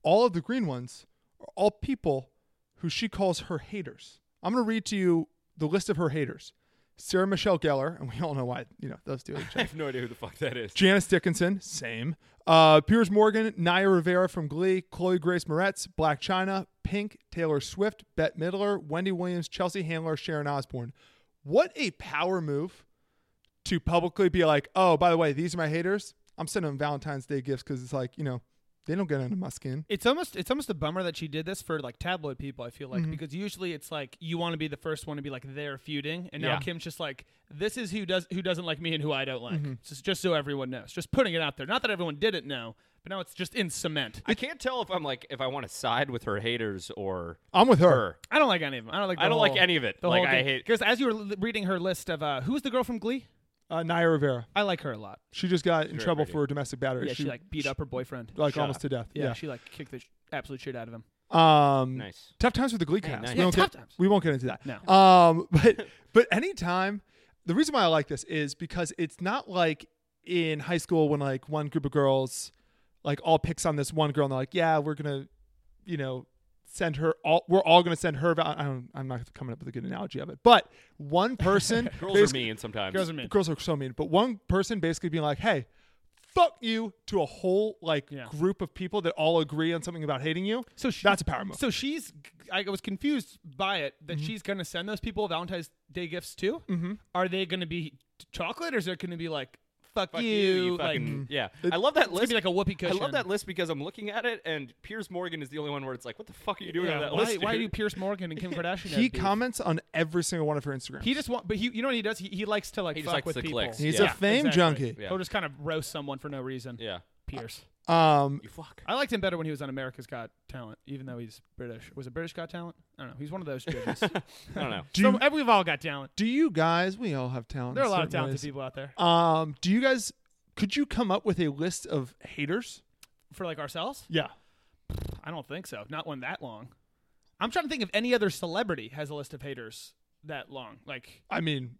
Speaker 1: all of the green ones are all people who she calls her haters. I'm going to read to you the list of her haters: Sarah Michelle Gellar, and we all know why. You know those two. hate each
Speaker 3: I
Speaker 1: other.
Speaker 3: have no idea who the fuck that is.
Speaker 1: Janice Dickinson, same. Uh, Piers Morgan, Naya Rivera from Glee, Chloe Grace Moretz, Black China, Pink, Taylor Swift, Bette Midler, Wendy Williams, Chelsea Handler, Sharon Osbourne. What a power move to publicly be like, oh, by the way, these are my haters. I'm sending them Valentine's Day gifts because it's like, you know, they don't get under my skin.
Speaker 2: It's almost it's almost a bummer that she did this for like tabloid people. I feel like because usually it's like you want to be the first one to be like they're feuding, and now
Speaker 3: Yeah.
Speaker 2: Kim's just like this is who does who doesn't like me and who I don't like. Just just so everyone knows, just putting it out there. Not that everyone didn't know, but now it's just in cement.
Speaker 3: I can't tell if I'm like if I want to side with her haters or
Speaker 1: I'm with her.
Speaker 3: her.
Speaker 2: I don't like any of them. I don't like.
Speaker 3: I
Speaker 2: the
Speaker 3: don't like
Speaker 2: whole-
Speaker 3: any of it.
Speaker 2: The
Speaker 3: Like,
Speaker 2: whole
Speaker 3: I
Speaker 2: thing.
Speaker 3: hate-
Speaker 2: because as you were l- reading her list of uh, who was the girl from Glee,
Speaker 1: Uh, Naya Rivera.
Speaker 2: I like her a lot.
Speaker 1: She just got in
Speaker 3: Very
Speaker 1: trouble
Speaker 3: pretty.
Speaker 1: for domestic battery.
Speaker 2: Yeah, she, like beat up her boyfriend.
Speaker 1: like
Speaker 3: Shut
Speaker 1: almost
Speaker 3: up.
Speaker 1: to death.
Speaker 2: yeah,
Speaker 1: Yeah.
Speaker 2: she like kicked the sh- absolute shit out of him.
Speaker 1: Um,
Speaker 3: Nice.
Speaker 1: Tough times with the Glee cast.
Speaker 3: nice.
Speaker 1: We,
Speaker 3: Yeah,
Speaker 1: won't
Speaker 2: tough
Speaker 1: get,
Speaker 2: times.
Speaker 1: we won't get into that.
Speaker 2: No.
Speaker 1: Um, but but anytime, the reason why I like this is because it's not like in high school when like one group of girls like all picks on this one girl and they're like, yeah, we're gonna, you know, send her all. We're all gonna send her. val- I don't, I'm not coming up with a good analogy of it, but one person.
Speaker 3: Girls are
Speaker 1: basi-
Speaker 3: mean sometimes.
Speaker 2: Girls are mean.
Speaker 1: Girls are so mean. But one person basically being like, hey. Fuck you to a whole like
Speaker 2: Yeah.
Speaker 1: group of people that all agree on something about hating you.
Speaker 2: So she,
Speaker 1: that's a power move.
Speaker 2: So she's, I was confused by it that
Speaker 3: Mm-hmm.
Speaker 2: she's going to send those people Valentine's Day gifts too. Mm-hmm. Are they going to be t- chocolate or is it going to be like, fuck,
Speaker 3: Fuck
Speaker 2: you?
Speaker 3: you, you
Speaker 2: like, mm.
Speaker 3: fucking- yeah. I love that
Speaker 2: gonna
Speaker 3: list.
Speaker 2: be like a whoopee
Speaker 3: I
Speaker 2: cushion.
Speaker 3: love that list because I'm looking at it, and Piers Morgan is the only one where it's like, what the fuck are you doing
Speaker 2: yeah,
Speaker 3: on that
Speaker 2: why,
Speaker 3: list?
Speaker 2: why
Speaker 3: dude?
Speaker 2: do Pierce Morgan and Kim Kardashian?
Speaker 1: He
Speaker 2: have beef?
Speaker 1: comments on every single one of her Instagrams.
Speaker 2: He just want, but he, you know what he does? He, he likes to like
Speaker 3: He just
Speaker 2: fuck
Speaker 3: likes
Speaker 2: with
Speaker 3: the
Speaker 2: people.
Speaker 3: clicks.
Speaker 1: He's
Speaker 3: Yeah,
Speaker 1: a fame
Speaker 2: exactly.
Speaker 1: junkie.
Speaker 3: Yeah.
Speaker 2: Or just kind of roast someone for no reason.
Speaker 3: Yeah.
Speaker 2: Pierce.
Speaker 1: Um,
Speaker 3: You fuck.
Speaker 2: I liked him better when he was on America's Got Talent, even though he's British. Was it British Got Talent? I don't know. He's one of those judges.
Speaker 3: I don't know.
Speaker 1: do
Speaker 2: so
Speaker 1: you,
Speaker 2: and we've all got talent.
Speaker 1: do you guys? We all have talent.
Speaker 2: There are a
Speaker 1: in
Speaker 2: lot of
Speaker 1: certain
Speaker 2: talented
Speaker 1: ways.
Speaker 2: people out there.
Speaker 1: Um, do you guys? Could you come up with a list of haters?
Speaker 2: For like ourselves?
Speaker 1: Yeah.
Speaker 2: I don't think so. Not one that long. I'm trying to think if any other celebrity has a list of haters that long. Like,
Speaker 1: I mean,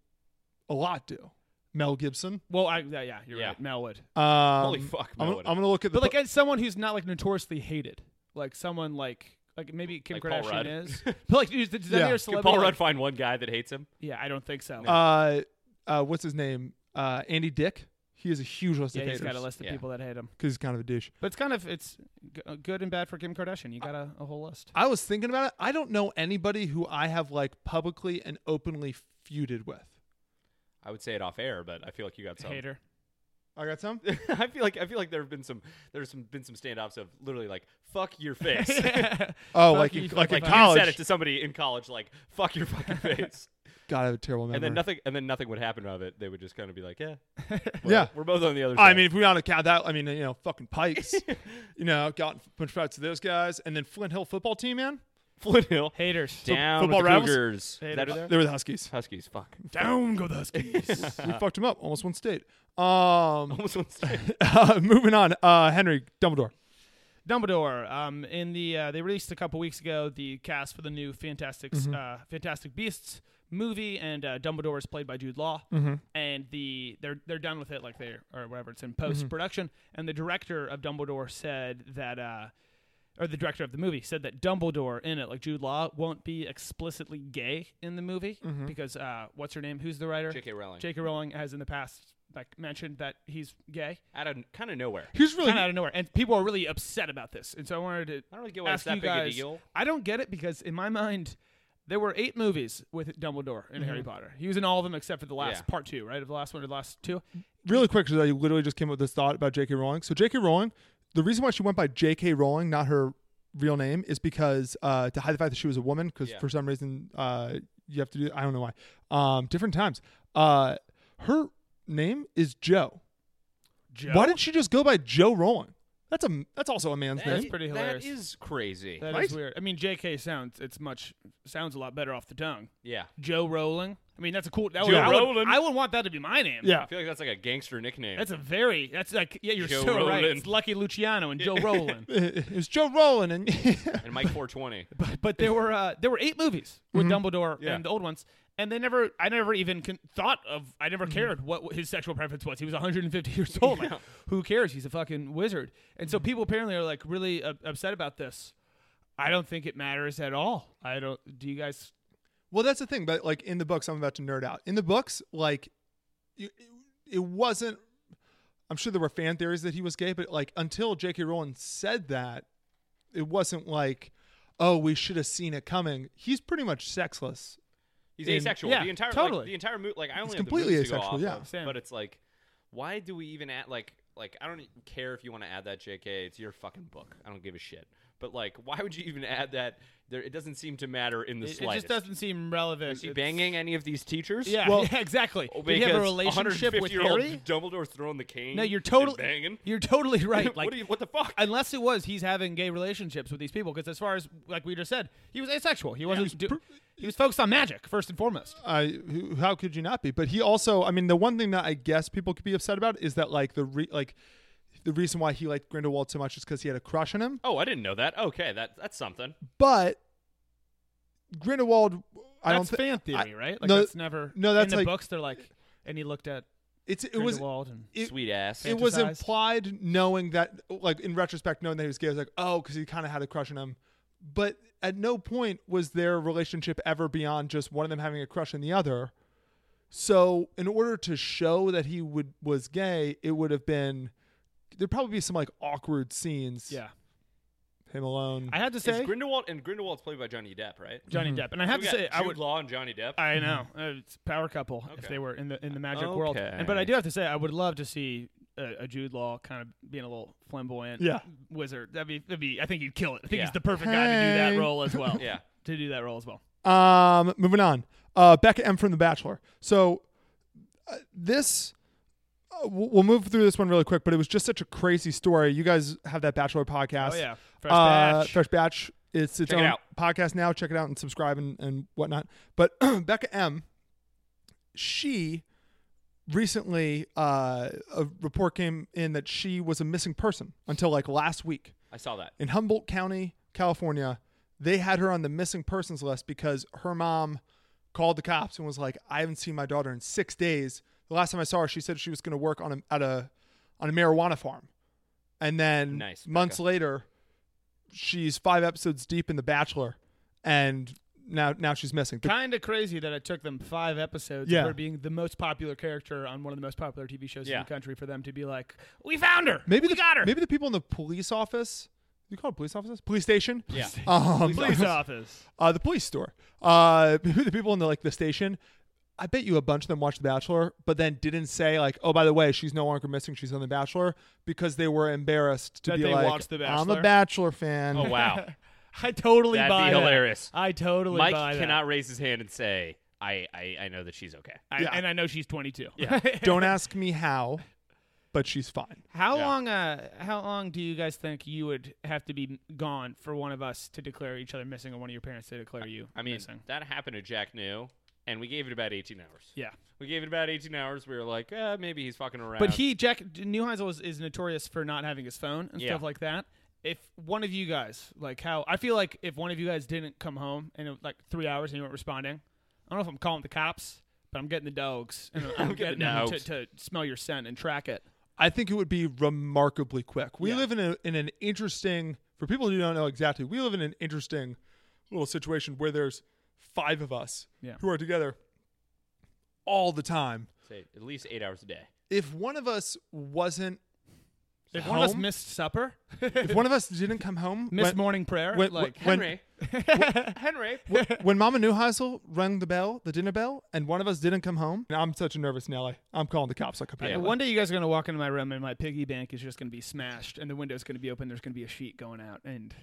Speaker 1: a lot do. Mel Gibson.
Speaker 2: well, I yeah, yeah you're
Speaker 3: Yeah.
Speaker 2: right. Mel would,
Speaker 1: Um, Holy
Speaker 3: fuck,
Speaker 1: I'm,
Speaker 3: Mel
Speaker 1: gonna-
Speaker 3: would.
Speaker 1: I'm gonna look at the.
Speaker 2: but like as someone who's not like notoriously hated, like someone like like maybe Kim
Speaker 3: Like Paul Rudd.
Speaker 2: Kardashian is. But like, dude, does any
Speaker 1: Yeah.
Speaker 2: other
Speaker 1: Could
Speaker 3: Could
Speaker 2: celebrity?
Speaker 3: Paul
Speaker 2: like-
Speaker 3: Rudd find one guy that hates him?
Speaker 2: yeah, I don't think so.
Speaker 1: uh, uh, what's his name? Uh, Andy Dick. He has a huge list
Speaker 2: yeah,
Speaker 1: of
Speaker 2: he's
Speaker 1: haters
Speaker 2: got a list of
Speaker 3: Yeah.
Speaker 2: people that hate him.
Speaker 1: because he's kind of a douche.
Speaker 2: But it's kind of it's g- uh, good and bad for Kim Kardashian. You got a, a whole list.
Speaker 1: I was thinking about it. I don't know anybody who I have like publicly and openly feuded with.
Speaker 3: I would say it off air, but I feel like you got some.
Speaker 2: Hater.
Speaker 1: I got some.
Speaker 3: I feel like I feel like there have been some there's some been some standoffs of literally like fuck your face.
Speaker 1: Oh,
Speaker 2: Fuck
Speaker 1: like
Speaker 2: you,
Speaker 1: in,
Speaker 2: fuck
Speaker 1: like
Speaker 2: you,
Speaker 1: in
Speaker 2: fuck
Speaker 3: You
Speaker 1: college.
Speaker 3: said it to somebody in college like fuck your fucking face.
Speaker 1: God, I have a terrible memory.
Speaker 3: and then nothing and then nothing would happen of it. They would just kind of be like, Yeah. well,
Speaker 1: Yeah.
Speaker 3: We're both on the other side.
Speaker 1: I mean, if we don't count that, I mean, you know, fucking Pikes, you know, got punch proud to those guys, and then Flint Hill football team, man,
Speaker 3: Flint Hill.
Speaker 2: Haters.
Speaker 3: Down
Speaker 1: football
Speaker 3: with the
Speaker 1: rivals?
Speaker 3: Cougars. Is that who they are?
Speaker 1: they were the Huskies.
Speaker 3: Huskies, fuck.
Speaker 1: Down go the Huskies. we fucked them up, almost won state. Um,
Speaker 3: Almost wants to-
Speaker 1: uh, moving on, uh, Henry Dumbledore.
Speaker 2: Dumbledore. Um, in the uh, they released a couple weeks ago the cast for the new Fantastic uh, Fantastic Beasts movie, and uh, Dumbledore is played by Jude Law. And the they're they're done with it, like they or whatever. It's in post production, and the director of Dumbledore said that. Uh, or the director of the movie said that Dumbledore in it, like Jude Law, won't be explicitly gay in the movie because uh, what's her name? Who's the writer?
Speaker 3: J.K. Rowling.
Speaker 2: J.K. Rowling has in the past like mentioned that he's gay
Speaker 3: out of kind of nowhere.
Speaker 1: Here's really
Speaker 2: kind of out of nowhere, and people are really upset about this. And so I wanted to.
Speaker 3: I don't really get why it's
Speaker 2: ask
Speaker 3: that
Speaker 2: you
Speaker 3: big a
Speaker 2: guys-
Speaker 3: deal.
Speaker 2: I don't get it because in my mind, there were eight movies with Dumbledore in Harry Potter. He was in all of them except for the last
Speaker 3: Mm-hmm. Yeah.
Speaker 2: part two, right? Of the last one or the last two.
Speaker 1: really quick because I literally just came up with this thought about J.K. Rowling. So J.K. Rowling, the reason why she went by J.K. Rowling, not her real name, is because uh, to hide the fact that she was a woman. Because
Speaker 3: Yeah.
Speaker 1: for some reason, uh, you have to do. I don't know why. Um, different times. Uh, her name is Joe.
Speaker 2: Joe?
Speaker 1: Why didn't she just go by Joe Rowling? That's a that's also a man's
Speaker 2: That's
Speaker 1: name.
Speaker 2: pretty hilarious.
Speaker 3: That is crazy.
Speaker 2: That is
Speaker 1: Right?
Speaker 2: weird. I mean, J.K. sounds it's much sounds a lot better off the tongue.
Speaker 3: yeah.
Speaker 2: Joe Rowling. I mean, that's a cool. That
Speaker 1: Joe
Speaker 2: would, I would-
Speaker 3: Rowling.
Speaker 2: I would want that to be my name.
Speaker 1: yeah.
Speaker 3: I feel like that's like a gangster nickname.
Speaker 2: That's a very. That's like yeah. You're
Speaker 3: Joe
Speaker 2: so right.
Speaker 3: Rowling.
Speaker 2: It's Lucky Luciano and Joe Rowling.
Speaker 1: It was Joe Rowling and
Speaker 3: and Mike 420.
Speaker 2: but there were uh, there were eight movies with Dumbledore
Speaker 3: Yeah.
Speaker 2: and the old ones, and they never I never even con- thought of I never cared what his sexual preference was. He was 150 years old. Like, who cares? He's a fucking wizard. And so people apparently are like really uh, upset about this. I don't think it matters at all. I don't. Do you guys?
Speaker 1: Well, that's the thing, but like in the books, I'm about to nerd out. In the books, like you- it, it wasn't. I'm sure there were fan theories that he was gay, but like until J.K. Rowling said that, it wasn't like, oh, we should have seen it coming. He's pretty much sexless.
Speaker 3: He's
Speaker 1: In-
Speaker 3: asexual.
Speaker 2: yeah,
Speaker 3: the entire
Speaker 2: totally.
Speaker 3: like, the entire mo- like I only have
Speaker 1: completely
Speaker 3: the moves to go
Speaker 1: asexual,
Speaker 3: off
Speaker 1: yeah.
Speaker 3: of,
Speaker 2: Same.
Speaker 3: but it's like, why do we even add like like I don't e- care if you want to add that J.K. It's your fucking book. I don't give a shit. But like, why would you even add that? There, it doesn't seem to matter in the
Speaker 2: It, it
Speaker 3: slightest.
Speaker 2: just doesn't seem relevant.
Speaker 3: Is he
Speaker 2: It's-
Speaker 3: banging any of these teachers?
Speaker 2: Yeah,
Speaker 1: Well-
Speaker 2: yeah, exactly.
Speaker 3: Oh,
Speaker 2: Do you have a
Speaker 3: because
Speaker 2: relationship with
Speaker 3: 150-year-old
Speaker 2: Harry?
Speaker 3: Dumbledore throwing the cane.
Speaker 2: No, you're
Speaker 3: and
Speaker 2: totally.
Speaker 3: banging.
Speaker 2: You're totally right.
Speaker 3: what,
Speaker 2: Like,
Speaker 3: do you, what the fuck?
Speaker 2: unless it was he's having gay relationships with these people, because as far as like we just said, he was asexual. He wasn't. do- he was focused on magic first and foremost.
Speaker 1: I who, how could you not be? But he also, I mean, the one thing that I guess people could be upset about is that like the re- like the reason why he liked Grindelwald so much is because he had a crush on him.
Speaker 3: oh, I didn't know that. Okay, that that's something.
Speaker 1: But Grindelwald, I don't
Speaker 2: That's
Speaker 1: think
Speaker 2: fan theory, right? Like
Speaker 1: no,
Speaker 2: that's never.
Speaker 1: no, that's
Speaker 2: in the
Speaker 1: like-
Speaker 2: books. They're like, and he looked at
Speaker 1: it's it was
Speaker 2: Grindelwald and
Speaker 1: it-
Speaker 3: Sweet ass.
Speaker 1: it was
Speaker 2: fantasized.
Speaker 1: implied knowing that like in retrospect knowing that he was gay I was like oh because he kind of had a crush on him but at no point was their relationship ever beyond just one of them having a crush on the other so in order to show that he would was gay it would have been there'd probably be some like awkward scenes
Speaker 2: yeah.
Speaker 1: him alone
Speaker 2: I had to
Speaker 3: Is
Speaker 2: say
Speaker 3: Grindelwald and Grindelwald's played by Mm-hmm. Johnny Depp, right?
Speaker 2: Johnny Depp, and I have
Speaker 3: Mm. We
Speaker 2: to
Speaker 3: got
Speaker 2: say I
Speaker 3: Jude
Speaker 2: would.
Speaker 3: Law and Johnny Depp.
Speaker 2: I know uh, it's a power couple if
Speaker 3: Okay.
Speaker 2: they were in the in the magic world. And, but I
Speaker 3: Okay.
Speaker 2: do have to say I would love to see a, a Jude Law kind of being a little flamboyant
Speaker 1: Yeah.
Speaker 2: wizard. That'd be, that'd be I think he'd kill it. I think
Speaker 3: Yeah.
Speaker 2: he's the perfect guy to do
Speaker 1: Hey.
Speaker 2: that role as well.
Speaker 3: Yeah.
Speaker 2: to do that role as well.
Speaker 1: Um, moving on. Uh, Becca M from The Bachelor. So uh, this, uh, w- we'll move through this one really quick, but it was just such a crazy story. You guys have that Bachelor podcast.
Speaker 2: Oh, yeah. Fresh
Speaker 1: Fresh uh,
Speaker 2: Batch.
Speaker 1: Batch. Fresh Batch. It's its
Speaker 3: Check it
Speaker 1: own
Speaker 3: out.
Speaker 1: podcast now. Check it out and subscribe and, and whatnot. But Becca M, she recently, uh, a report came in that she was a missing person until like last week
Speaker 3: I saw that.
Speaker 1: in Humboldt County, California, they had her on the missing persons list because her mom called the cops and was like, "I haven't seen my daughter in six days. The last time I saw her, she said she was going to work on a at a on a marijuana farm." And then
Speaker 3: Nice,
Speaker 1: months
Speaker 3: Becca.
Speaker 1: later, she's five episodes deep in The Bachelor, and now now she's missing. The-
Speaker 2: Kind of crazy that it took them five episodes
Speaker 1: Yeah.
Speaker 2: of her being the most popular character on one of the most popular TV shows
Speaker 3: Yeah.
Speaker 2: in the country for them to be like, we found her.
Speaker 1: maybe
Speaker 2: we
Speaker 1: the,
Speaker 2: got her.
Speaker 1: Maybe the people in the police office. You call it police offices? Police station?
Speaker 3: Yeah.
Speaker 1: Um,
Speaker 2: Police office.
Speaker 1: uh, the police store, uh, the people in the like the station. I bet you a bunch of them watched The Bachelor, but then didn't say like, "Oh, by the way, she's no longer missing. She's on The Bachelor," because they were embarrassed to
Speaker 2: That
Speaker 1: be
Speaker 2: they
Speaker 1: like,
Speaker 2: watched The
Speaker 1: "I'm a
Speaker 2: Bachelor."
Speaker 1: Bachelor fan."
Speaker 3: Oh wow.
Speaker 2: I totally
Speaker 3: That'd
Speaker 2: buy
Speaker 3: be
Speaker 2: that.
Speaker 3: hilarious.
Speaker 2: I totally
Speaker 3: Mike
Speaker 2: buy that.
Speaker 3: cannot raise his hand and say, I, I, I know that she's okay.
Speaker 2: I,
Speaker 1: Yeah.
Speaker 2: And I know she's 22. Yeah.
Speaker 1: Don't ask me how, but she's fine.
Speaker 2: How
Speaker 3: Yeah.
Speaker 2: long? Uh, how long do you guys think you would have to be gone for one of us to declare each other missing, or one of your parents to declare you
Speaker 3: I mean,
Speaker 2: missing?
Speaker 3: that happened to Jack New, and we gave it about 18 hours.
Speaker 2: Yeah,
Speaker 3: We gave it about 18 hours. We were like, eh, maybe he's fucking around.
Speaker 2: but he Jack Neuheisel is, is notorious for not having his phone and
Speaker 3: Yeah.
Speaker 2: stuff like that. If one of you guys, like, how I feel like if one of you guys didn't come home in uh, like three hours and you weren't responding, I don't know if I'm calling the cops, but I'm getting the dogs and I'm,
Speaker 3: getting
Speaker 2: getting,
Speaker 3: the
Speaker 2: them
Speaker 3: dogs.
Speaker 2: to, to smell your scent and track it.
Speaker 1: I think it would be remarkably quick. We live in a, in an interesting for people who don't know exactly. We live in an interesting little situation where there's five of us
Speaker 2: Yeah.
Speaker 1: who are together all the time.
Speaker 3: Say, at least eight hours a day.
Speaker 1: If one of us wasn't
Speaker 2: If one of us
Speaker 1: Home?
Speaker 2: missed supper,
Speaker 1: if one of us didn't come home,
Speaker 2: missed
Speaker 1: when,
Speaker 2: morning prayer,
Speaker 1: when-
Speaker 2: like
Speaker 1: when-
Speaker 3: Henry. Henry.
Speaker 1: when Mama Newhousel rang the bell, the dinner bell, and one of us didn't come home, I'm such a nervous Nelly. I'm calling the cops like a
Speaker 3: Yeah.
Speaker 1: pain.
Speaker 2: One day you guys are gonna walk into my room and my piggy bank is just gonna be smashed and the window's gonna be open. There's gonna be a sheet going out and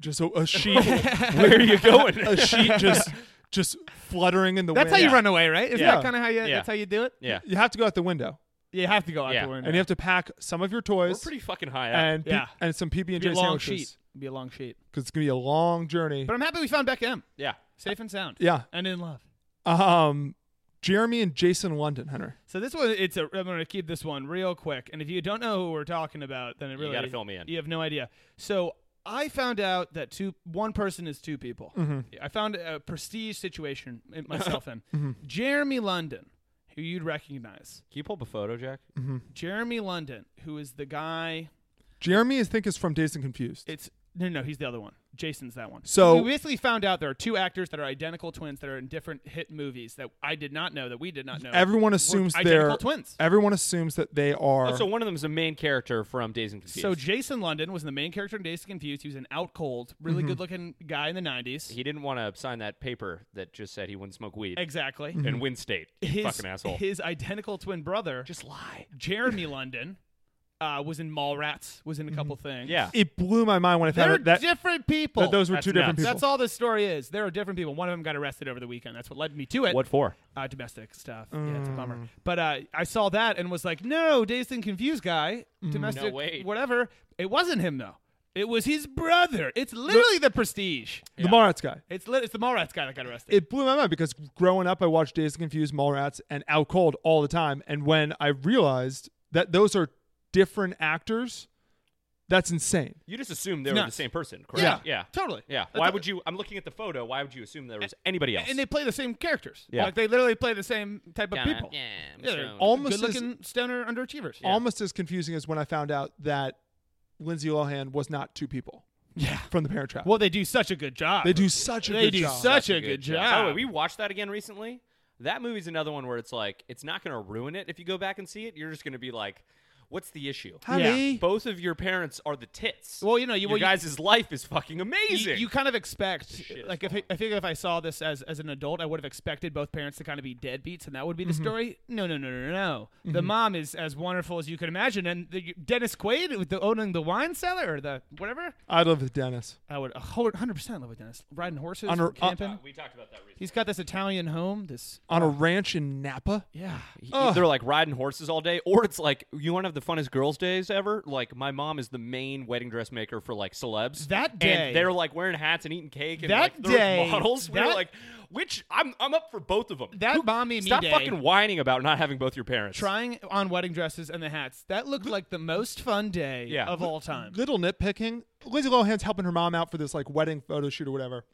Speaker 1: Just a, a sheet,
Speaker 3: Where are you going?
Speaker 1: a sheet just just fluttering in the
Speaker 2: that's
Speaker 1: wind.
Speaker 2: how you run away, right? Is
Speaker 1: Yeah.
Speaker 2: that kind of how you?
Speaker 3: Yeah.
Speaker 2: That's how you do it.
Speaker 3: yeah.
Speaker 1: You have to go out the window,
Speaker 2: You have to go out
Speaker 3: Yeah.
Speaker 2: the window.
Speaker 1: and you have to pack some of your
Speaker 3: We're
Speaker 1: toys
Speaker 3: pretty fucking high up.
Speaker 1: and P-
Speaker 2: Yeah.
Speaker 1: and some PB and
Speaker 2: It'd be
Speaker 1: J
Speaker 2: a long sheet.
Speaker 1: sandwiches
Speaker 2: It'd be a long sheet.
Speaker 1: because it's gonna be a long journey.
Speaker 2: But I'm happy we found Becca M.
Speaker 3: yeah.
Speaker 2: Safe and sound.
Speaker 1: yeah.
Speaker 2: And in love.
Speaker 1: Um, Jeremy and Jason London, Hunter.
Speaker 2: So this one, it's a. I'm going to keep this one real quick. And if you don't know who we're talking about, then it really
Speaker 3: gotta fill me in.
Speaker 2: You have no idea. So I found out that two one person is two people.
Speaker 1: Mm-hmm.
Speaker 2: I found a prestige situation in- myself in. Jeremy London, who you'd recognize.
Speaker 3: Can you pull up a photo, Jack?
Speaker 2: Mm-hmm. Jeremy London, who is the guy.
Speaker 1: Jeremy, I think, is from Days and Confused.
Speaker 2: It's No, no, he's the other one. Jason's that one.
Speaker 1: So-
Speaker 2: we basically found out there are two actors that are identical twins that are in different hit movies that I did not know that we did not know.
Speaker 1: Everyone
Speaker 2: were
Speaker 1: assumes
Speaker 2: identical
Speaker 1: they're
Speaker 2: twins. Oh,
Speaker 1: Everyone assumes that they are.
Speaker 3: So one of them is a main character from Days and Confused.
Speaker 2: So Jason London was the main character in Days of Confused. He was an out cold, really
Speaker 1: Mm-hmm.
Speaker 2: good looking guy in the nineties.
Speaker 3: he didn't want to sign that paper that just said he wouldn't smoke weed
Speaker 2: exactly.
Speaker 1: Mm-hmm.
Speaker 3: and win state.
Speaker 2: His
Speaker 3: Fucking asshole.
Speaker 2: His identical twin brother,
Speaker 3: just lie.
Speaker 2: Jeremy London, uh, was in Mallrats. Was in a couple things.
Speaker 3: Yeah.
Speaker 1: it blew my mind when I found
Speaker 2: They're
Speaker 1: out Mm-hmm. that,
Speaker 2: different people.
Speaker 1: that those were
Speaker 3: That's
Speaker 1: two different
Speaker 3: nuts.
Speaker 1: people.
Speaker 2: That's all this story is. There are different people. One of them got arrested over the weekend. That's what led me to it.
Speaker 3: What for?
Speaker 2: Uh, domestic stuff. Yeah, it's a bummer. But uh, I saw that and was like, no, Dazed and Confused guy, domestic,
Speaker 3: No, wait.
Speaker 2: whatever. It wasn't him though. It was his brother. It's literally the Prestige.
Speaker 1: The Mallrats guy.
Speaker 2: It's lit- it's the Mallrats guy that got arrested.
Speaker 1: It blew my mind because growing up, I watched Days of Confused, Mallrats, and Out Cold all the time. And when I realized that those are different actors, that's insane.
Speaker 3: You just assume they were the
Speaker 2: nuts.
Speaker 3: same person, correct?
Speaker 2: Yeah,
Speaker 3: Yeah.
Speaker 2: totally.
Speaker 3: Yeah.
Speaker 2: That's
Speaker 3: Why
Speaker 2: what-
Speaker 3: would you? I'm looking at the photo. Why would you assume there was anybody else?
Speaker 2: and they play the same characters.
Speaker 3: Yeah.
Speaker 2: Like they literally play the same type of
Speaker 3: Yeah,
Speaker 2: people.
Speaker 3: yeah, I'm
Speaker 2: yeah
Speaker 3: sure.
Speaker 1: Almost
Speaker 2: good looking stoner underachievers.
Speaker 1: Almost as confusing as when I found out that Lindsay Lohan was not two people
Speaker 2: Yeah.
Speaker 1: from The Parent Trap.
Speaker 2: Well, they do such a good job.
Speaker 1: they do such a
Speaker 2: They
Speaker 1: good
Speaker 2: do
Speaker 1: job.
Speaker 2: such a good job.
Speaker 3: By the way, we watched that again recently. That movie's another one where it's like it's not going to ruin it if you go back and see it. You're just going to be like, "What's the issue?"
Speaker 1: Honey.
Speaker 3: Both of your parents are the tits.
Speaker 2: Well, you know, you-
Speaker 3: your
Speaker 2: well, you-
Speaker 3: guys' life is fucking
Speaker 2: you,
Speaker 3: amazing.
Speaker 2: you kind of expect
Speaker 3: is
Speaker 2: like if I, I think if I saw this as as an adult, I would have expected both parents to kind of be deadbeats, and that would be the story. No, no, no, no, no. The mom is as wonderful as you can imagine, and the, Dennis Quaid with the owning the wine cellar or the whatever.
Speaker 1: I live with Dennis.
Speaker 2: I would hundred percent love with Dennis riding horses,
Speaker 1: On a-
Speaker 2: camping.
Speaker 3: we talked about that recently.
Speaker 2: He's got this Italian home. This
Speaker 1: On a ranch in Napa?
Speaker 2: yeah.
Speaker 3: They're like riding horses all day, or it's like you want to have the funnest girls' days ever. Like my mom is the main wedding dressmaker for like celebs.
Speaker 2: That day-
Speaker 3: and they're like wearing hats and eating cake and
Speaker 2: That
Speaker 3: like, they're
Speaker 2: day-
Speaker 3: models. We're
Speaker 2: that-
Speaker 3: like, which I'm I'm up for both of them.
Speaker 2: That mommy and me
Speaker 3: Stop
Speaker 2: day-
Speaker 3: fucking whining about not having both your parents.
Speaker 2: Trying on wedding dresses and the hats. That looked like the most fun day
Speaker 3: Yeah.
Speaker 2: of all time.
Speaker 1: Little nitpicking. Lindsay Lohan's helping her mom out for this like wedding photo shoot or whatever.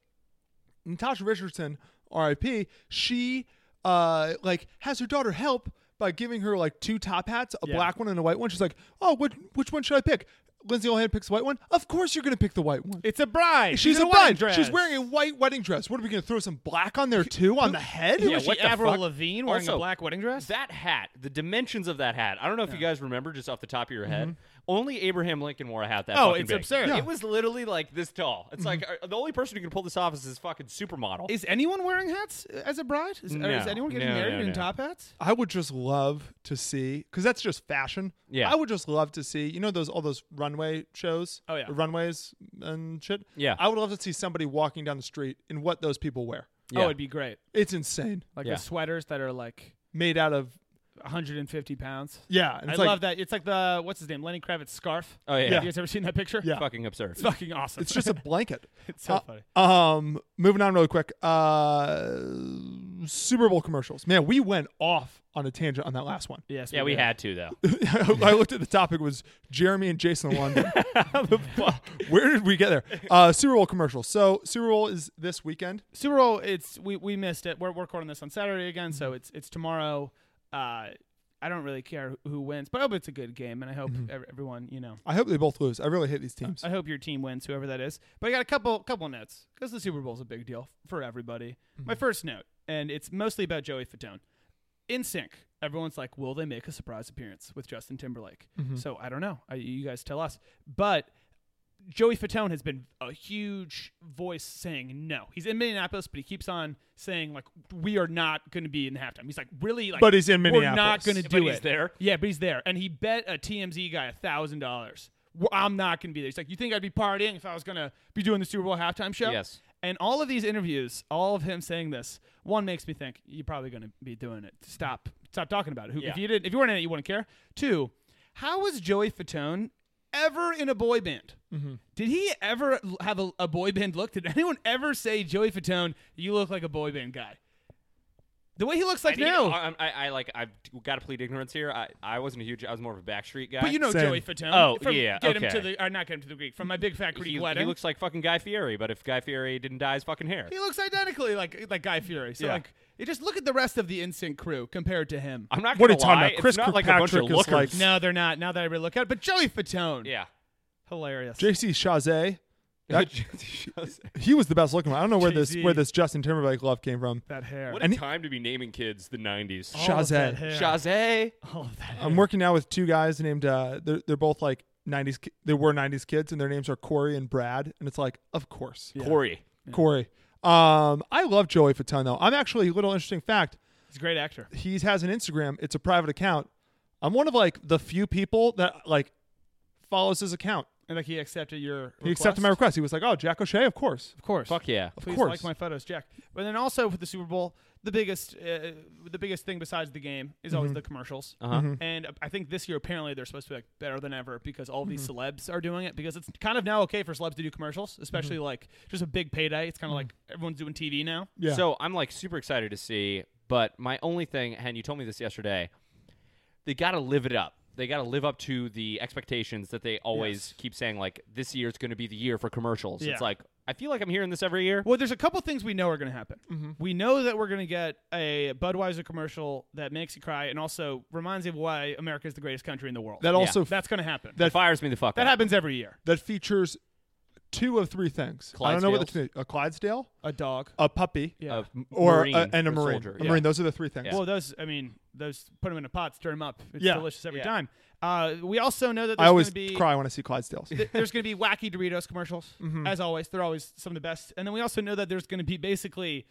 Speaker 1: Natasha Richardson, R.I.P. She uh like has her daughter help by giving her like two top hats, a black one and a white one. She's like, oh, which which one should I pick? Lindsay Lohan picks the white one. Of course, you're gonna pick the white one.
Speaker 2: It's a bride.
Speaker 1: She's
Speaker 2: in
Speaker 1: a
Speaker 2: wedding
Speaker 1: bride.
Speaker 2: Dress.
Speaker 1: She's wearing a white wedding dress. What are we gonna throw some black on there too on the head?
Speaker 2: Who
Speaker 3: Yeah,
Speaker 2: is she,
Speaker 3: what the
Speaker 2: Avril
Speaker 3: fuck?
Speaker 2: Lavigne wearing a
Speaker 3: Also,
Speaker 2: black wedding dress?
Speaker 3: That hat, the dimensions of that hat. I don't know if you guys remember just off the top of your head. Only Abraham Lincoln wore a hat that.
Speaker 2: Oh,
Speaker 3: fucking
Speaker 2: it's
Speaker 3: big.
Speaker 2: absurd. Yeah.
Speaker 3: It was literally like this tall. It's like uh, the only person who can pull this off is this fucking supermodel.
Speaker 2: Is anyone wearing hats as a bride? Is,
Speaker 3: No.
Speaker 2: is anyone getting
Speaker 3: No,
Speaker 2: married
Speaker 3: no,
Speaker 2: in
Speaker 3: no.
Speaker 2: top hats?
Speaker 1: I would just love to see because that's just fashion.
Speaker 3: Yeah.
Speaker 1: I would just love to see you know those all those runway shows.
Speaker 2: Oh, yeah.
Speaker 1: runways and shit.
Speaker 3: Yeah.
Speaker 1: I would love to see somebody walking down the street in what those people wear.
Speaker 2: Oh,
Speaker 3: Yeah.
Speaker 2: it'd be great.
Speaker 1: It's insane,
Speaker 2: Like
Speaker 3: Yeah.
Speaker 2: the sweaters that are like
Speaker 1: made out of
Speaker 2: 150 pounds.
Speaker 1: yeah. and
Speaker 2: I
Speaker 1: it's like-
Speaker 2: love that. It's like the what's his name, Lenny Kravitz scarf.
Speaker 3: Oh, yeah,
Speaker 2: Have
Speaker 3: yeah.
Speaker 2: you guys ever seen that picture?
Speaker 1: Yeah.
Speaker 3: fucking absurd.
Speaker 2: it's fucking awesome.
Speaker 1: It's just a blanket. Uh,
Speaker 2: it's so funny.
Speaker 1: um, moving on really quick. Uh, Super Bowl commercials. Man, we went off on a tangent on that last one.
Speaker 2: Yes.
Speaker 3: Yeah, we
Speaker 2: did.
Speaker 3: had to though.
Speaker 1: I looked at the topic was Jeremy and Jason London. Where did we get there? Uh, Super Bowl commercial. So Super Bowl is this weekend.
Speaker 2: Super Bowl. It's we, we missed it. We're, we're recording this on Saturday again, so it's it's tomorrow. Uh, I don't really care who wins, but I hope it's a good game, and I hope ev- everyone you know.
Speaker 1: I hope they both lose. I really hate these teams.
Speaker 2: I hope your team wins, whoever that is. But I got a couple couple notes because the Super Bowl is a big deal for everybody.
Speaker 1: Mm-hmm.
Speaker 2: My first note, and it's mostly about Joey Fatone. In sync, everyone's like, will they make a surprise appearance with Justin Timberlake?
Speaker 1: Mm-hmm.
Speaker 2: So I don't know. I, you guys tell us. But Joey Fatone has been a huge voice saying no. He's in Minneapolis, but he keeps on saying like, we are not going to be in halftime. He's like, really, like,
Speaker 1: But he's in
Speaker 2: We're not
Speaker 1: Minneapolis.
Speaker 2: going to
Speaker 1: But
Speaker 2: do
Speaker 3: he's
Speaker 2: it.
Speaker 3: there.
Speaker 2: Yeah, but he's there, and he bet a TMZ guy a thousand dollars. I'm not going to be there. He's like, you think I'd be partying if I was going to be doing the Super Bowl halftime show?
Speaker 3: Yes.
Speaker 2: And all of these interviews, all of him saying this, one makes me think you're probably going to be doing it. Stop, stop talking about it. Who, If
Speaker 3: Yeah.
Speaker 2: you didn't, if you weren't in it, you wouldn't care. Two, how was Joey Fatone ever in a boy band?
Speaker 3: Mm-hmm.
Speaker 2: Did he ever l- have a, a boy band look? Did anyone ever say Joey Fatone, you look like a boy band guy? The way he looks like
Speaker 3: I
Speaker 2: now.
Speaker 3: I, I, I like I've got to plead ignorance here. I, I wasn't a huge. I was more of a Backstreet guy.
Speaker 2: But you know
Speaker 1: Same.
Speaker 2: Joey Fatone.
Speaker 3: Oh,
Speaker 2: from
Speaker 3: yeah,
Speaker 2: Get him
Speaker 3: okay.
Speaker 2: to the, or not get him to the Greek. From my big fat Greek
Speaker 3: he,
Speaker 2: wedding.
Speaker 3: he looks like fucking Guy Fieri. But if Guy Fieri didn't dye his fucking hair,
Speaker 2: He looks identically like like Guy Fury. So
Speaker 3: Yeah.
Speaker 2: like, you just look at the rest of the Insync crew compared to him.
Speaker 3: I'm not.
Speaker 1: What are
Speaker 3: gonna
Speaker 1: you talking
Speaker 3: lie,
Speaker 1: about? Chris
Speaker 3: it's not like a bunch of
Speaker 1: Kirkpatrick is like-
Speaker 3: lookers.
Speaker 2: no, they're not. Now that I really look at it, but Joey Fatone,
Speaker 3: Yeah.
Speaker 2: hilarious.
Speaker 1: JC Chazé, That- he was the best looking one. I don't know where this
Speaker 7: Jay-Z.
Speaker 1: where this Justin Timberlake love came from.
Speaker 7: That hair.
Speaker 3: what a
Speaker 1: And he- Oh,
Speaker 3: time to be naming kids the 90s.
Speaker 1: All of that Shazay.
Speaker 7: hair.
Speaker 3: Shazay.
Speaker 7: All of that.
Speaker 1: I'm working now with two guys named uh they're they're both like 90s ki- they were 90s kids and their names are Corey and Brad and it's like of course
Speaker 3: Corey.
Speaker 1: Corey. Um I love Joey Fatone though. I'm actually little interesting fact.
Speaker 7: He's a great actor.
Speaker 1: He has an Instagram. It's a private account. I'm one of like the few people that like follows his account.
Speaker 2: And like he accepted your.
Speaker 1: He accepted my request. He was like, "Oh, Jack O'Shea, of course."
Speaker 2: Of course.
Speaker 3: Fuck yeah.
Speaker 2: Please
Speaker 1: course.
Speaker 2: like my photos, Jack. But then also with the Super Bowl, the biggest, uh, the biggest thing besides the game is always the commercials.
Speaker 3: Uh-huh.
Speaker 2: And I think this year apparently they're supposed to be like better than ever because all these celebs are doing it because it's kind of now okay for celebs to do commercials, especially like just a big payday. It's kind of like everyone's doing TV now.
Speaker 1: Yeah.
Speaker 3: So I'm like super excited to see, but my only thing, and you told me this yesterday, they got to live it up. They got to live up to the expectations that they always keep saying, like, this year's going to be the year for commercials.
Speaker 2: Yeah.
Speaker 3: It's like, I feel like I'm hearing this every year.
Speaker 2: Well, there's a couple things we know are going to happen. We know that we're going to get a Budweiser commercial that makes you cry and also reminds you of why America is the greatest country in the world.
Speaker 1: that also
Speaker 2: That's going to happen.
Speaker 1: that-
Speaker 3: It fires me the fuck
Speaker 2: that
Speaker 3: up.
Speaker 2: happens every year.
Speaker 1: that features two of three things. I don't know what the a Clydesdale,
Speaker 2: A dog.
Speaker 1: a puppy, uh,
Speaker 2: Yeah.
Speaker 3: Of m-
Speaker 1: or
Speaker 3: Marine,
Speaker 1: a, and a
Speaker 3: or
Speaker 1: marine.
Speaker 3: soldier,
Speaker 1: a
Speaker 3: yeah.
Speaker 1: marine. Those are the three things.
Speaker 2: Well, those, I mean, those put them in a pot, stir them up. It's
Speaker 1: Yeah.
Speaker 2: delicious every
Speaker 3: Yeah.
Speaker 2: time. Uh, we also know that
Speaker 1: I
Speaker 2: there's
Speaker 1: always
Speaker 2: going to be
Speaker 1: cry Mm-hmm. when I see Clydesdales.
Speaker 2: th- there's going to be wacky Doritos commercials, as always. They're always some of the best. And then we also know that there's going to be basically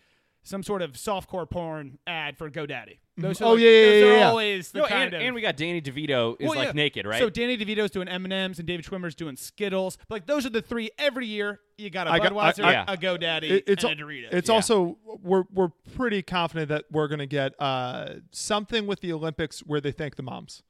Speaker 2: some sort of softcore porn ad for GoDaddy. Those are
Speaker 1: Oh,
Speaker 2: like-
Speaker 1: yeah, yeah,
Speaker 2: those
Speaker 1: yeah,
Speaker 2: are
Speaker 1: yeah.
Speaker 2: always the
Speaker 3: No,
Speaker 2: kind
Speaker 3: and,
Speaker 2: of.
Speaker 3: and we got Danny DeVito is
Speaker 2: Well,
Speaker 3: like
Speaker 2: yeah.
Speaker 3: naked, right?
Speaker 2: So Danny DeVito's doing M and M's, and David Schwimmer's doing Skittles. But, like those are the three every year. You got a
Speaker 1: I got- I-
Speaker 2: Budweiser,
Speaker 1: I-
Speaker 2: a GoDaddy,
Speaker 1: It- it's
Speaker 2: and a
Speaker 1: al-
Speaker 2: Dorito.
Speaker 1: it's
Speaker 3: Yeah.
Speaker 1: also we're we're pretty confident that we're going to get uh, something with the Olympics where they thank the moms.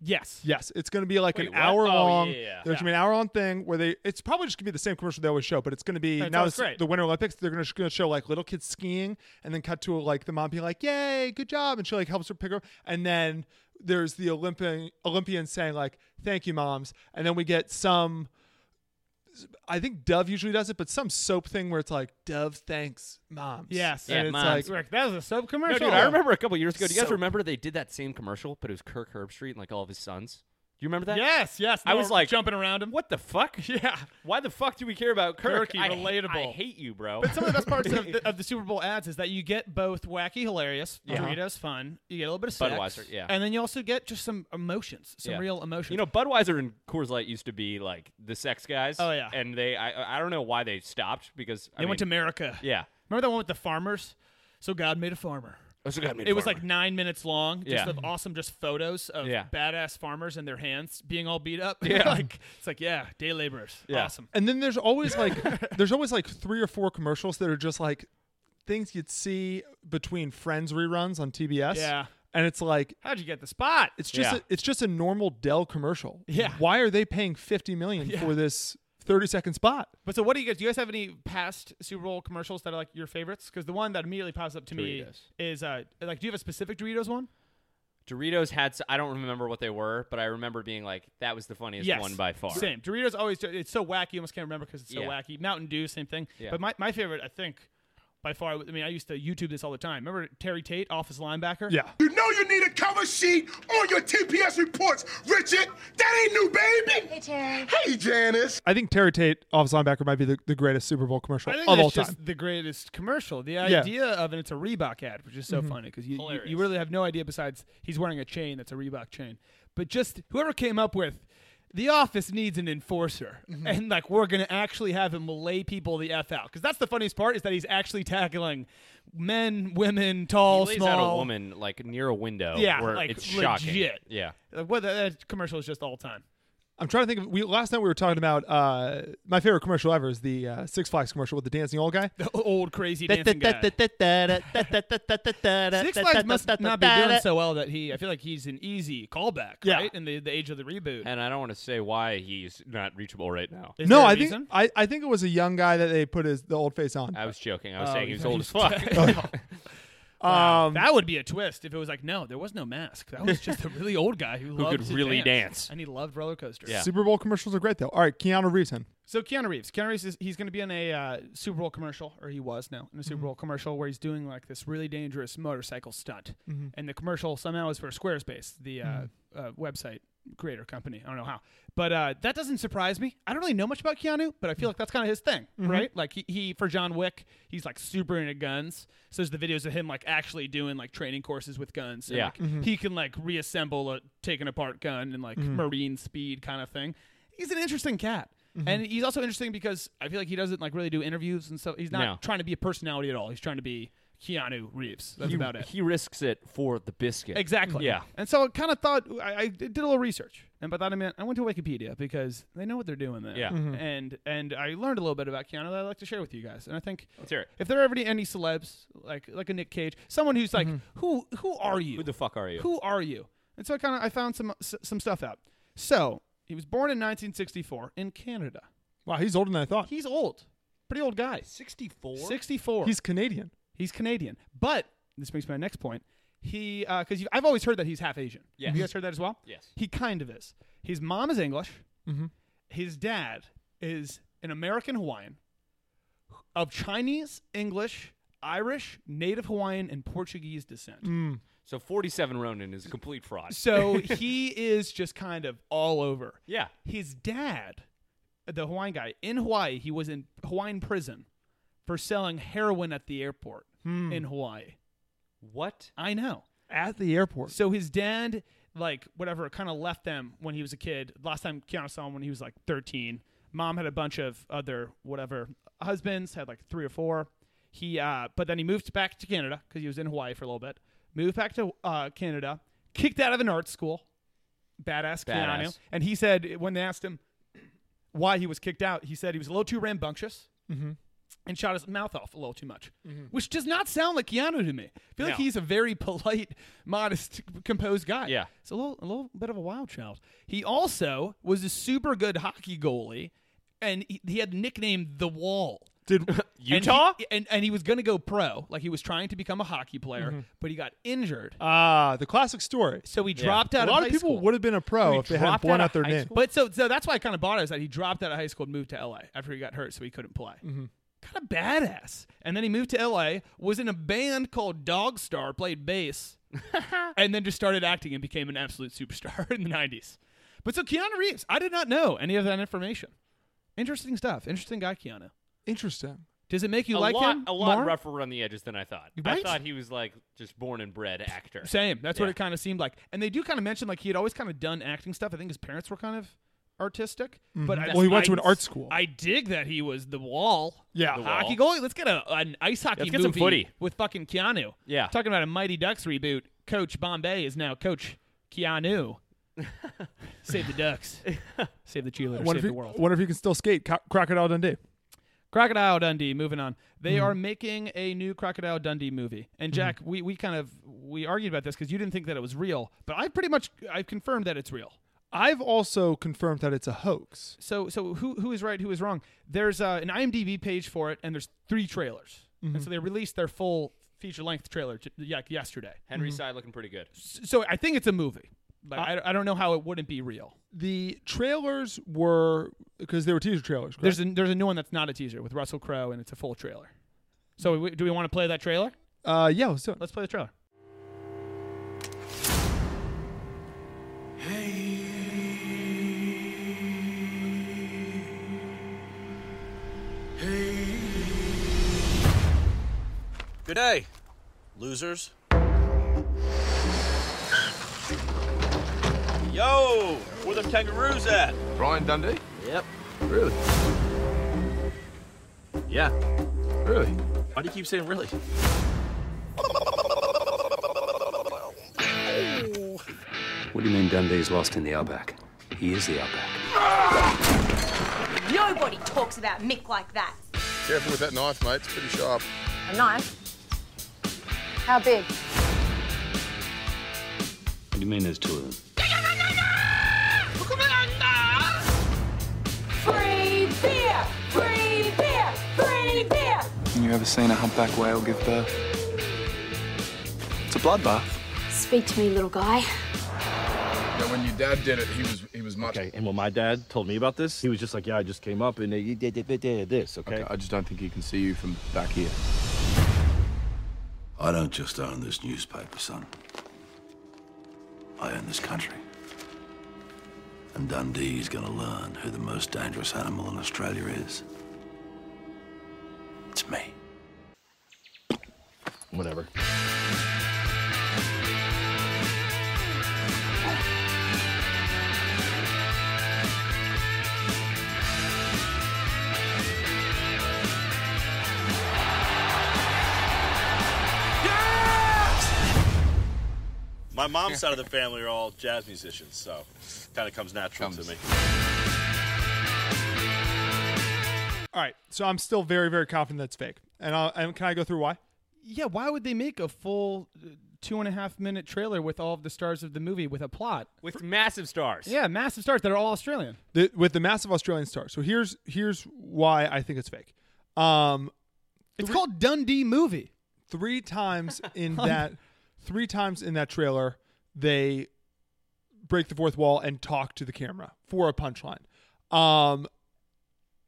Speaker 2: yes.
Speaker 1: Yes, it's going to be like an
Speaker 3: Wait, what?
Speaker 1: hour
Speaker 3: Oh,
Speaker 1: long.
Speaker 3: yeah, yeah.
Speaker 1: There's going to be an hour long thing where they. It's probably just going to be the same commercial they always show, but it's going to be
Speaker 2: That
Speaker 1: now
Speaker 2: sounds
Speaker 1: it's
Speaker 2: great.
Speaker 1: the Winter Olympics. They're going to show like little kids skiing, and then cut to like the mom being like, "Yay, good job!" and she like helps her pick her, up. and then there's the Olympian Olympian saying like, "Thank you, moms," and then we get some. I think Dove usually does it, but some soap thing where it's like Dove thanks moms.
Speaker 2: Yes.
Speaker 1: and
Speaker 3: Yeah,
Speaker 1: it's
Speaker 3: moms.
Speaker 1: like
Speaker 2: Rick, that was a sub
Speaker 3: No,
Speaker 2: commercial.
Speaker 3: dude, I remember a couple years ago. Do you guys
Speaker 1: So-
Speaker 3: remember they did that same commercial, but it was Kirk Herbstreit and like all of his sons? Do you remember that?
Speaker 2: Yes, yes.
Speaker 3: I
Speaker 2: They
Speaker 3: was
Speaker 2: were
Speaker 3: like-
Speaker 2: jumping around him.
Speaker 3: What the fuck?
Speaker 2: Yeah.
Speaker 3: Why the fuck do we care about Kirk?
Speaker 2: Kirky,
Speaker 3: I- I
Speaker 2: relatable.
Speaker 3: hate you, bro.
Speaker 2: But some of the best parts of the, of the Super Bowl ads is that you get both wacky, hilarious,
Speaker 3: Yeah. Uh-huh.
Speaker 2: Doritos fun, you get a little bit of sex,
Speaker 3: Budweiser, yeah.
Speaker 2: and then you also get just some emotions, some
Speaker 3: Yeah.
Speaker 2: real emotions.
Speaker 3: You know, Budweiser and Coors Light used to be like the sex guys.
Speaker 2: Oh, yeah.
Speaker 3: and they I I don't know why they stopped because
Speaker 2: they went to America.
Speaker 3: yeah.
Speaker 2: Remember that one with the farmers? So God made a farmer.
Speaker 3: Oh,
Speaker 2: It was like nine minutes long, just
Speaker 3: Yeah.
Speaker 2: of awesome, just photos of
Speaker 3: Yeah.
Speaker 2: badass farmers and their hands being all beat up.
Speaker 3: Yeah.
Speaker 2: like it's like yeah, day laborers,
Speaker 3: Yeah.
Speaker 2: awesome.
Speaker 1: And then there's always like there's always like three or four commercials that are just like things you'd see between Friends reruns on TBS.
Speaker 2: Yeah.
Speaker 1: And it's like
Speaker 2: How'd you get the spot?
Speaker 1: it's just
Speaker 3: Yeah.
Speaker 1: a, it's just a normal Dell commercial.
Speaker 2: Yeah.
Speaker 1: Why are they paying 50 million for this 30 second spot?
Speaker 2: But so, what do you guys? Do you guys have any past Super Bowl commercials that are like your favorites? Because the one that immediately pops up to me
Speaker 3: Doritos.
Speaker 2: is uh, like, do you have a specific Doritos one?
Speaker 3: Doritos had s- I don't remember what they were, but I remember being like that was the funniest one by far.
Speaker 2: Same. Doritos always. It's so wacky. You almost can't remember because it's so
Speaker 3: Yeah.
Speaker 2: wacky. Mountain Dew, same thing.
Speaker 3: Yeah.
Speaker 2: But my, my favorite, I think, by far. I mean, I used to YouTube this all the time. Remember Terry Tate, office linebacker?
Speaker 1: Yeah.
Speaker 8: You know you need a cover sheet on your TPS reports, Richard. That ain't new, baby.
Speaker 9: Hey, Terry.
Speaker 8: Hey, Janice.
Speaker 1: I think Terry Tate, offensive linebacker, might be the, the greatest Super Bowl commercial
Speaker 2: I think
Speaker 1: of
Speaker 2: that's
Speaker 1: all
Speaker 2: just
Speaker 1: time.
Speaker 2: the greatest commercial. The
Speaker 1: Yeah. Mm-hmm.
Speaker 2: idea of and it's a Reebok ad, which is so funny because you, you you really have no idea besides he's wearing a chain that's a Reebok chain. But just whoever came up with the office needs an enforcer,
Speaker 1: Mm-hmm.
Speaker 2: and like we're gonna actually have him lay people the f out because that's the funniest part is that he's actually tackling men, women,
Speaker 3: He
Speaker 2: tall,
Speaker 3: lays
Speaker 2: small.
Speaker 3: out a woman like near a window.
Speaker 2: Yeah,
Speaker 3: where
Speaker 2: like,
Speaker 3: it's shocking.
Speaker 2: legit.
Speaker 3: Yeah,
Speaker 2: Like, what that commercial is just all time.
Speaker 1: I'm trying to think of we last night we were talking about uh, my favorite commercial ever is the uh, Six Flags commercial with the dancing old guy.
Speaker 2: The old crazy dancing guy. Six Flags must not be doing so well that he. I feel like he's an easy callback,
Speaker 1: Yeah.
Speaker 2: right? In the, the age of the reboot.
Speaker 3: and I don't want to say why he's not reachable right now.
Speaker 2: Is
Speaker 1: no,
Speaker 2: there a
Speaker 1: I
Speaker 2: reason?
Speaker 1: think um, I, I think it was a young guy that they put his the old face on.
Speaker 3: I was joking. I was
Speaker 2: Oh,
Speaker 3: saying
Speaker 2: you
Speaker 3: he's
Speaker 2: thought
Speaker 3: old
Speaker 2: he
Speaker 3: as fuck.
Speaker 1: Um,
Speaker 2: that would be a twist if it was like, no, there was no mask. That was just a really old guy who, loved
Speaker 3: could
Speaker 2: to
Speaker 3: really dance.
Speaker 2: and he loved roller coasters.
Speaker 3: Yeah.
Speaker 1: Super Bowl commercials are great though. All right, Keanu Reeves. Then.
Speaker 2: So Keanu Reeves, Keanu Reeves is he's going to be in a uh, Super Bowl commercial, or he was now in a Super Bowl commercial where he's doing like this really dangerous motorcycle stunt, and the commercial somehow is for Squarespace, the uh, uh, website creator company. I don't know how, but uh, that doesn't surprise me. I don't really know much about Keanu, but I feel like that's kind of his thing, right? Like he, he for John Wick, he's like super into guns. So there's the videos of him like actually doing like training courses with guns. and,
Speaker 3: Yeah.
Speaker 2: like, he can like reassemble a taken apart gun and like marine speed kind of thing. He's an interesting cat. And he's also interesting because I feel like he doesn't like really do interviews and stuff. He's not
Speaker 3: No.
Speaker 2: trying to be a personality at all. He's trying to be Keanu Reeves. That's
Speaker 3: he,
Speaker 2: about it.
Speaker 3: he risks it for the biscuit.
Speaker 2: Exactly.
Speaker 3: Yeah.
Speaker 2: And so I kind of thought I, I did a little research, and by that I meant I went to Wikipedia because they know what they're doing there.
Speaker 3: Yeah.
Speaker 2: And and I learned a little bit about Keanu that I'd like to share with you guys. And I think
Speaker 3: Let's hear it.
Speaker 2: if there are ever any celebs like like a Nick Cage, someone who's like who who are you?
Speaker 3: Who the fuck are you?
Speaker 2: Who are you? And so I kind of I found some s- some stuff out. So he was born in 1964 in Canada.
Speaker 1: Wow, he's older than I thought.
Speaker 2: He's old, pretty old guy.
Speaker 3: 64?
Speaker 2: 64.
Speaker 1: He's Canadian.
Speaker 2: He's Canadian, but this brings me to my next point. He, because I've always heard that he's half Asian. Yeah,
Speaker 3: Yes.
Speaker 2: you guys heard that as well.
Speaker 3: Yes. Mm-hmm.
Speaker 2: he kind of is. His mom is English. His dad is an American Hawaiian of Chinese, English, Irish, Native Hawaiian, and Portuguese descent.
Speaker 3: Mm. So 47 Ronin is a complete fraud.
Speaker 2: So he is just kind of all over.
Speaker 3: Yeah.
Speaker 2: His dad, the Hawaiian guy, in Hawaii, he was in Hawaiian prison for selling heroin at the airport
Speaker 3: Hmm.
Speaker 2: in Hawaii.
Speaker 3: What?
Speaker 2: I know.
Speaker 1: At the airport.
Speaker 2: So his dad, like whatever, kind of left them when he was a kid. Last time Keanu saw him when he was like 13. Mom had a bunch of other whatever husbands, had like three or four. He, uh, but then he moved back to Canada because he was in Hawaii for a little bit. Moved back to uh, Canada, kicked out of an art school. Badass, Keanu.
Speaker 3: Badass.
Speaker 2: And he said when they asked him why he was kicked out, he said he was a little too rambunctious. And shot his mouth off a little too much,
Speaker 1: Mm-hmm.
Speaker 2: which does not sound like Keanu to me. I feel like
Speaker 3: No.
Speaker 2: he's a very polite, modest, composed guy.
Speaker 3: Yeah.
Speaker 2: It's a little, a little bit of a wild child. He also was a super good hockey goalie, and he, he had the nickname The Wall.
Speaker 1: Did
Speaker 2: And he-
Speaker 3: Utah?
Speaker 2: And, and, he was going to go pro. Like he was trying to become a hockey player,
Speaker 1: Mm-hmm.
Speaker 2: but he got injured.
Speaker 1: ah the classic story.
Speaker 2: so he dropped out
Speaker 1: A
Speaker 2: of
Speaker 1: lot
Speaker 2: high
Speaker 1: of people
Speaker 2: school.
Speaker 1: would have been a pro if they hadn't
Speaker 3: dropped
Speaker 1: blown
Speaker 3: out
Speaker 1: out
Speaker 3: of
Speaker 1: their
Speaker 3: high
Speaker 1: name.
Speaker 3: school?
Speaker 2: But so, so that's why I kind of bothered is that he dropped out of high school and moved to LA after he got hurt, so he couldn't play.
Speaker 1: Mm-hmm.
Speaker 2: Kind of badass. And then he moved to LA, was in a band called Dog Star, played bass, and then just started acting and became an absolute superstar in the '90s. But so Keanu Reeves, I did not know any of that information. Interesting stuff. Interesting guy, Keanu.
Speaker 1: Interesting.
Speaker 2: Does it make you
Speaker 3: a
Speaker 2: like
Speaker 3: lot,
Speaker 2: him?
Speaker 3: a lot
Speaker 2: more?
Speaker 3: rougher around the edges than I thought. I
Speaker 2: Right?
Speaker 3: thought he was like just born and bred actor.
Speaker 2: Same. That's what
Speaker 3: Yeah.
Speaker 2: it kind of seemed like. And they do kind of mention like he had always kind of done acting stuff. I think his parents were kind of artistic. But I,
Speaker 1: Mm-hmm. Well, he went to an
Speaker 2: I-
Speaker 1: art school.
Speaker 2: I dig that he was the wall.
Speaker 1: Yeah.
Speaker 2: the
Speaker 1: The
Speaker 2: hockey goalie. Let's get a, an ice hockey
Speaker 3: Let's get some
Speaker 2: movie
Speaker 3: footy.
Speaker 2: with fucking Keanu.
Speaker 3: Yeah.
Speaker 2: talking about a Mighty Ducks reboot. Coach Bombay is now Coach Keanu. save the Ducks. Save the cheerleaders.
Speaker 1: Wonder
Speaker 2: save
Speaker 1: if,
Speaker 2: the
Speaker 1: you,
Speaker 2: world.
Speaker 1: wonder if you can still skate Co- Crocodile Dundee.
Speaker 2: Crocodile Dundee. Moving on, they
Speaker 1: Hmm.
Speaker 2: are making a new Crocodile Dundee movie. And Jack, we, we kind of we argued about this because you didn't think that it was real, but I pretty much I've confirmed that it's real.
Speaker 1: I've also confirmed that it's a hoax.
Speaker 2: So so who who is right, who is wrong? There's uh, an IMDb page for it, and there's three trailers, and so they released their full feature length trailer t- like yesterday.
Speaker 3: Henry side looking pretty good.
Speaker 2: S- So I think it's a movie. But I, I don't know how it wouldn't be real.
Speaker 1: The trailers were because they were teaser trailers. Correct?
Speaker 2: There's a, there's a new one that's not a teaser with Russell Crowe, and it's a full trailer. So we, do we want to play that trailer?
Speaker 1: uh, yeah, let's do it.
Speaker 2: Let's play the trailer.
Speaker 9: Good day, losers. Yo, where them kangaroos at?
Speaker 6: Brian Dundee?
Speaker 9: Yep.
Speaker 6: Really?
Speaker 9: Yeah.
Speaker 6: Really?
Speaker 9: Why do you keep saying really?
Speaker 6: What do you mean Dundee's lost in the outback? He is the outback.
Speaker 10: Nobody talks about Mick like that.
Speaker 8: Careful with that knife, mate. It's pretty sharp.
Speaker 10: A knife? How big?
Speaker 9: What do you mean there's two of them?
Speaker 10: Free beer! Free beer! Free beer!
Speaker 11: You ever seen a humpback whale give birth? It's a bloodbath.
Speaker 10: Speak to me, little guy.
Speaker 8: Yeah, when your dad did it, he was he was much.
Speaker 9: Okay, and when my dad told me about this, he was just like, yeah, I just came up and they did this, okay?
Speaker 11: I just don't think you can see you from back here.
Speaker 6: I don't just own this newspaper, son. I own this country.
Speaker 12: And Dundee's gonna learn who the most dangerous animal in Australia is. It's me.
Speaker 9: Whatever.
Speaker 13: My mom's side of the family are all jazz musicians, so kind of comes natural to me.
Speaker 1: All right, so I'm still very, very confident that's fake. And, I'll, and can I go through why?
Speaker 2: Yeah, why would they make a full uh, two and a half minute trailer with all of the stars of the movie with a plot?
Speaker 3: With massive stars.
Speaker 2: Yeah, massive stars that are all Australian.
Speaker 1: The, with the massive Australian star. So here's here's why I think it's fake. Um,
Speaker 2: it's called Dundee Movie.
Speaker 1: Three times in that three times in that trailer they break the fourth wall and talk to the camera for a punchline um,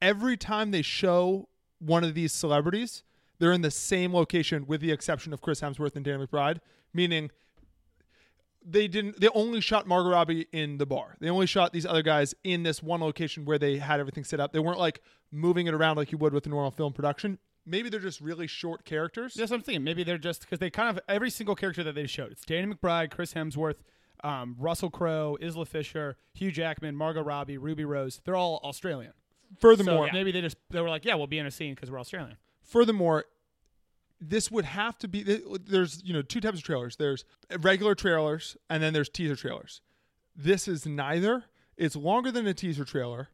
Speaker 1: every time they show one of these celebrities they're in the same location with the exception of chris hemsworth and dan mcbride meaning they didn't they only shot margot robbie in the bar they only shot these other guys in this one location where they had everything set up they weren't like moving it around like you would with a normal film production maybe they're just really short characters.
Speaker 2: That's what I'm thinking. Maybe they're just because they kind of every single character that they showed. It's Danny McBride, Chris Hemsworth, um, Russell Crowe, Isla Fisher, Hugh Jackman, Margot Robbie, Ruby Rose. They're all Australian.
Speaker 1: Furthermore,
Speaker 2: so, yeah. maybe they just they were like, yeah, we'll be in a scene because we're Australian.
Speaker 1: Furthermore, this would have to be there's you know two types of trailers. There's regular trailers and then there's teaser trailers. This is neither. It's longer than a teaser trailer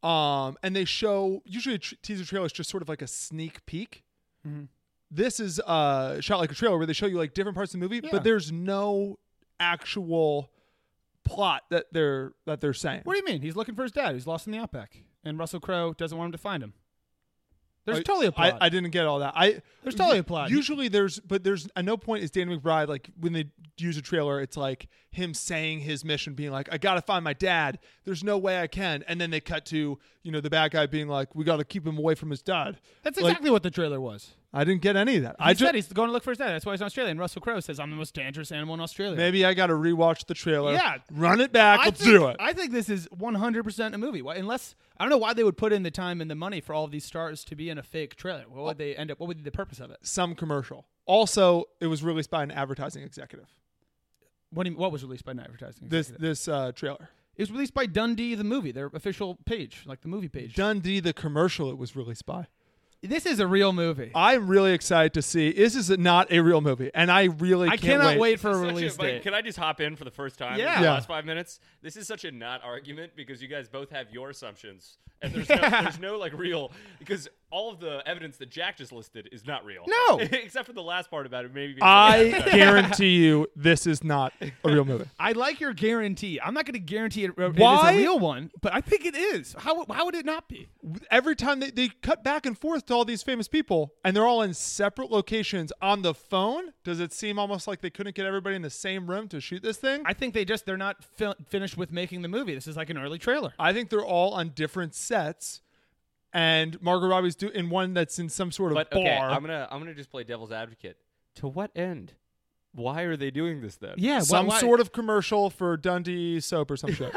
Speaker 1: um, and they show usually tr- teaser trailers just sort of like a sneak peek. Mm-hmm. This is uh, shot like a trailer where they show you like different parts of the movie, yeah. but there's no actual plot that they're that they're saying.
Speaker 2: What do you mean? He's looking for his dad. He's lost in the outback, and Russell Crowe doesn't want him to find him. There's I, totally a plot.
Speaker 1: I, I, didn't get all that. I
Speaker 2: there's totally a plot.
Speaker 1: Usually there's, but there's at no point is Danny McBride like when they use a trailer, it's like him saying his mission, being like, "I gotta find my dad. There's no way I can." And then they cut to you know the bad guy being like, "We gotta keep him away from his dad."
Speaker 2: That's exactly like, what the trailer was.
Speaker 1: I didn't get any of that.
Speaker 2: He
Speaker 1: I
Speaker 2: said just, he's going to look for his dad. That's why he's in Australia. And Russell Crowe says, "I'm the most dangerous animal in Australia."
Speaker 1: Maybe I got to rewatch the trailer.
Speaker 2: Yeah,
Speaker 1: run it back.
Speaker 2: I
Speaker 1: let's
Speaker 2: think,
Speaker 1: do it.
Speaker 2: I think this is 100 percent a movie. Why, unless I don't know why they would put in the time and the money for all of these stars to be in a fake trailer. What would they end up? What would be the purpose of it?
Speaker 1: Some commercial. Also, it was released by an advertising executive.
Speaker 2: What? You, what was released by an advertising?
Speaker 1: Executive? This this uh, trailer.
Speaker 2: It was released by Dundee the movie, their official page, like the movie page.
Speaker 1: Dundee the commercial. It was released by
Speaker 2: this is a real movie.
Speaker 1: I'm really excited to see. This is not a real movie, and I really
Speaker 2: I
Speaker 1: can't
Speaker 2: cannot wait,
Speaker 1: wait
Speaker 2: for a release a, date.
Speaker 3: Can I just hop in for the first time? Yeah. yeah. last five minutes. This is such a not argument because you guys both have your assumptions, and there's no, there's no like real because all of the evidence that Jack just listed is not real.
Speaker 2: No,
Speaker 3: except for the last part about it. Maybe
Speaker 1: I guarantee you this is not a real movie.
Speaker 2: I like your guarantee. I'm not going to guarantee it, it Why? is a real one, but I think it is. How how would it not be?
Speaker 1: Every time they, they cut back and forth to all these famous people, and they're all in separate locations on the phone. Does it seem almost like they couldn't get everybody in the same room to shoot this thing?
Speaker 2: I think they just they're not fi- finished with making the movie. This is like an early trailer.
Speaker 1: I think they're all on different sets and Margot Robbie's do- in one that's in some sort of
Speaker 3: but,
Speaker 1: bar.
Speaker 3: Okay, I'm gonna I'm gonna just play devil's advocate. To what end? Why are they doing this then?
Speaker 2: Yeah,
Speaker 1: some
Speaker 2: why, why?
Speaker 1: sort of commercial for Dundee soap or some shit.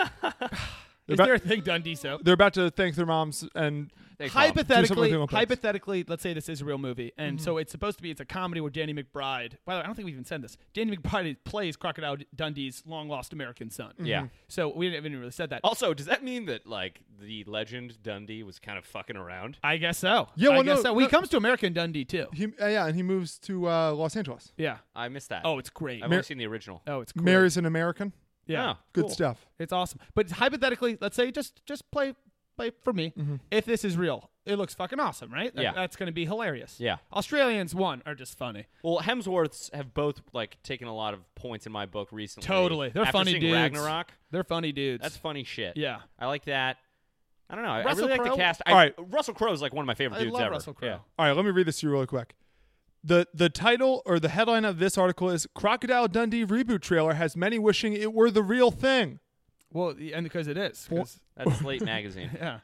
Speaker 2: Is about, there a thing Dundee soap?
Speaker 1: They're about to thank their moms and
Speaker 2: Thanks, hypothetically, mom. hypothetically, let's say this is a real movie, and mm-hmm. so it's supposed to be it's a comedy where Danny McBride. By the way, I don't think we even said this. Danny McBride plays Crocodile Dundee's long lost American son.
Speaker 3: Mm-hmm. Yeah. Oh.
Speaker 2: So we didn't even really said that.
Speaker 3: Also, does that mean that like the legend Dundee was kind of fucking around?
Speaker 2: I guess so.
Speaker 1: Yeah, well,
Speaker 2: I guess
Speaker 1: no,
Speaker 2: so.
Speaker 1: No.
Speaker 2: Well, he comes to American Dundee too.
Speaker 1: He, uh, yeah, and he moves to uh, Los Angeles.
Speaker 2: Yeah,
Speaker 3: I missed that.
Speaker 2: Oh, it's great.
Speaker 3: I've Mar- only seen the original.
Speaker 2: Oh, it's great.
Speaker 1: Mary's an American.
Speaker 2: Yeah, oh,
Speaker 1: good
Speaker 2: cool.
Speaker 1: stuff.
Speaker 2: It's awesome. But hypothetically, let's say just just play play for me. Mm-hmm. If this is real, it looks fucking awesome, right? That,
Speaker 3: yeah,
Speaker 2: that's gonna be hilarious.
Speaker 3: Yeah,
Speaker 2: Australians one are just funny.
Speaker 3: Well, Hemsworths have both like taken a lot of points in my book recently.
Speaker 2: Totally, they're
Speaker 3: After
Speaker 2: funny
Speaker 3: seeing
Speaker 2: dudes.
Speaker 3: Ragnarok,
Speaker 2: they're funny dudes.
Speaker 3: That's funny shit.
Speaker 2: Yeah,
Speaker 3: I like that. I don't know. I-
Speaker 2: Russell
Speaker 3: I really
Speaker 2: Crowe?
Speaker 3: like the cast. I,
Speaker 1: All right.
Speaker 3: Russell Crowe is like one of my favorite
Speaker 2: I
Speaker 3: dudes
Speaker 2: love
Speaker 3: ever.
Speaker 2: Russell Crowe.
Speaker 3: Yeah.
Speaker 1: All right, let me read this to you really quick. The, the title or the headline of this article is Crocodile Dundee reboot trailer has many wishing it were the real thing.
Speaker 2: Well, and because it is. 'cause-
Speaker 3: That's Slate magazine.
Speaker 2: yeah.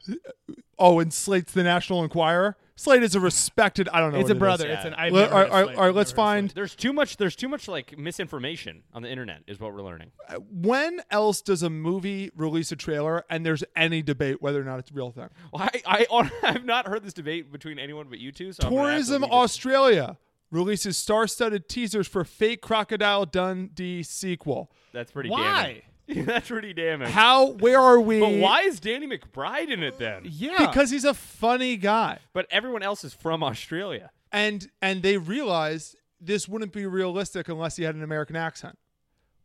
Speaker 1: Oh, and Slate's the National Enquirer. Slate is a respected. I don't know.
Speaker 2: It's
Speaker 1: what
Speaker 2: a
Speaker 1: Oh, it is.
Speaker 2: brother. It's an- I've
Speaker 1: Let-
Speaker 2: never
Speaker 1: all
Speaker 2: heard
Speaker 1: right,
Speaker 2: of
Speaker 1: all right,
Speaker 2: Slate.
Speaker 1: all right, let's find
Speaker 3: There's too much. There's too much like misinformation on the internet, is what we're learning.
Speaker 1: when else does a movie release a trailer and there's any debate whether or not it's a real thing.
Speaker 3: Well, I, I I've not heard this debate between anyone but you two. So I'm gonna have to
Speaker 1: Tourism
Speaker 3: leave it.
Speaker 1: Australia releases star-studded teasers for fake Crocodile Dundee sequel.
Speaker 3: That's pretty.
Speaker 1: Why?
Speaker 3: Damning. That's pretty damning.
Speaker 1: How? Where are we?
Speaker 3: But why is Danny McBride in it then?
Speaker 1: Because he's a funny guy.
Speaker 3: But everyone else is from Australia.
Speaker 1: and and they realized this wouldn't be realistic unless he had an American accent.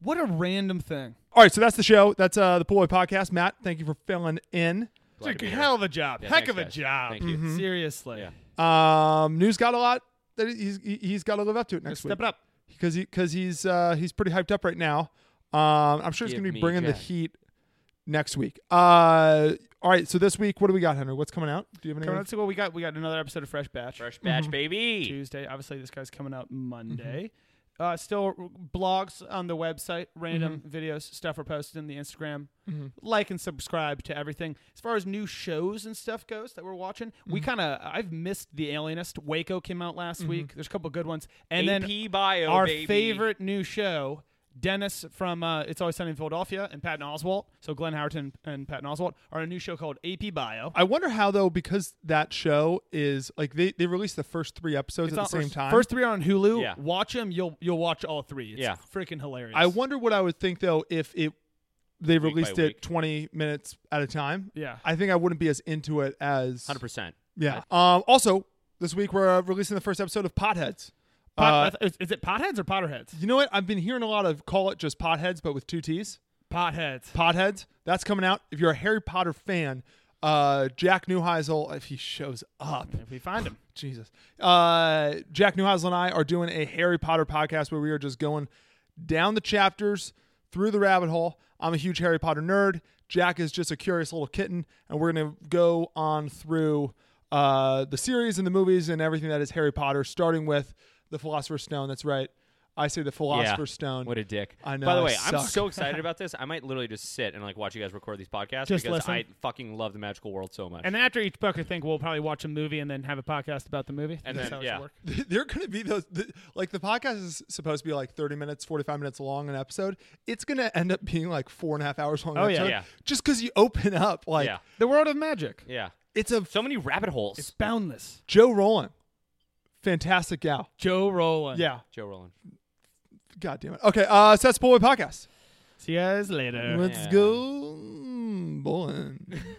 Speaker 2: What a random thing.
Speaker 1: All right, so that's the show. That's uh, the Pool Boy Podcast. Matt, thank you for filling in.
Speaker 2: Dude, hell of a job.
Speaker 3: Yeah,
Speaker 2: Heck
Speaker 3: thanks,
Speaker 2: of a
Speaker 3: guys.
Speaker 2: job. Mm-hmm.
Speaker 3: Thank you.
Speaker 1: Mm-hmm.
Speaker 3: Mhm.
Speaker 2: Seriously.
Speaker 1: Um, news got a lot that he's he- he's got to live up to it next
Speaker 2: Step
Speaker 1: week.
Speaker 2: it up.
Speaker 1: because he because he's uh, he's pretty hyped up right now. Um, I'm sure he's
Speaker 3: Give
Speaker 1: going to be
Speaker 3: me
Speaker 1: bringing the
Speaker 3: Jack.
Speaker 1: heat next week. Uh, all right, so this week, what do we got, Henry? What's coming out? Do you have any?
Speaker 2: Coming up to what we got? We got another episode of Fresh Batch. Fresh
Speaker 3: Batch, Mhm. baby.
Speaker 2: Tuesday. Obviously, this guy's coming out
Speaker 1: Mm-hmm.
Speaker 2: Monday. Uh, still r- blogs on the website, random
Speaker 1: Mm-hmm.
Speaker 2: videos, stuff are posted in the Instagram.
Speaker 1: Mhm.
Speaker 2: Like and subscribe to everything. As far as new shows and stuff goes that we're watching, we
Speaker 1: Mm-hmm.
Speaker 2: kind of I've missed The Alienist. Waco came out last
Speaker 3: Mhm.
Speaker 2: week. There's a couple good ones, and
Speaker 3: AP
Speaker 2: then
Speaker 3: Bio,
Speaker 2: our
Speaker 3: baby.
Speaker 2: favorite new show. Dennis from uh, It's Always Sunny in Philadelphia and Patton Oswalt. So Glenn Howerton and Patton Oswalt are in a new show called AP Bio.
Speaker 1: I wonder how though because that show is like they, they released the first three episodes
Speaker 2: It's
Speaker 1: at
Speaker 2: on-
Speaker 1: the same time.
Speaker 2: First three are on Hulu.
Speaker 1: Yeah.
Speaker 2: Watch them. You'll you'll watch all three. It's
Speaker 1: Yeah.
Speaker 2: freaking hilarious.
Speaker 1: I wonder what I would think though if it they
Speaker 2: Week by
Speaker 1: released
Speaker 2: week.
Speaker 1: it 20 minutes at a time.
Speaker 2: Yeah.
Speaker 1: I think I wouldn't be as into it as
Speaker 3: 100%.
Speaker 1: Yeah. Um also this week we're uh, releasing the first episode of Potheads. Uh,
Speaker 2: Pot, is, is it potheads or potterheads?
Speaker 1: you know what? I've been hearing a lot of call it just Potheads but with two T's.
Speaker 2: Potheads.
Speaker 1: Potheads. That's coming out. If you're a Harry Potter fan, uh Jack Newheisel if he shows up.
Speaker 2: If we find him.
Speaker 1: Jesus. Uh, Jack Newhouse and I are doing a Harry Potter podcast where we are just going down the chapters through the rabbit hole. I'm a huge Harry Potter nerd. Jack is just a curious little kitten, and we're gonna go on through uh, the series and the movies and everything that is Harry Potter, starting with the Philosopher's Stone. That's right. I say the Philosopher's Stone.
Speaker 3: What a dick.
Speaker 1: I know.
Speaker 3: By the way,
Speaker 1: I
Speaker 3: I'm
Speaker 1: suck.
Speaker 3: so excited about this. I might literally just sit and like watch you guys record these podcasts
Speaker 2: Just
Speaker 3: because
Speaker 2: listen.
Speaker 3: I fucking love the magical world so much.
Speaker 2: And then after each book, I think we'll probably watch a movie and then have a podcast about the movie.
Speaker 3: And
Speaker 2: That's
Speaker 3: then-
Speaker 2: how it should
Speaker 3: yeah.
Speaker 2: work.
Speaker 1: They're going to be those, th like the podcast is supposed to be like 30 minutes, 45 minutes long an episode. It's going to end up being like four and a half hours long. an
Speaker 2: Oh, yeah.
Speaker 1: episode,
Speaker 2: Yeah.
Speaker 1: Just because you open up like
Speaker 3: Yeah.
Speaker 2: The world of magic.
Speaker 3: yeah.
Speaker 1: It's a
Speaker 3: so many rabbit holes.
Speaker 2: It's boundless.
Speaker 1: Joe Roland, fantastic gal.
Speaker 2: Joe Roland.
Speaker 1: Yeah.
Speaker 3: Joe Roland.
Speaker 1: God damn it. Okay. Uh, so that's Boy Podcast.
Speaker 2: See you guys later.
Speaker 1: Let's
Speaker 2: Yeah.
Speaker 1: go mm, bowling.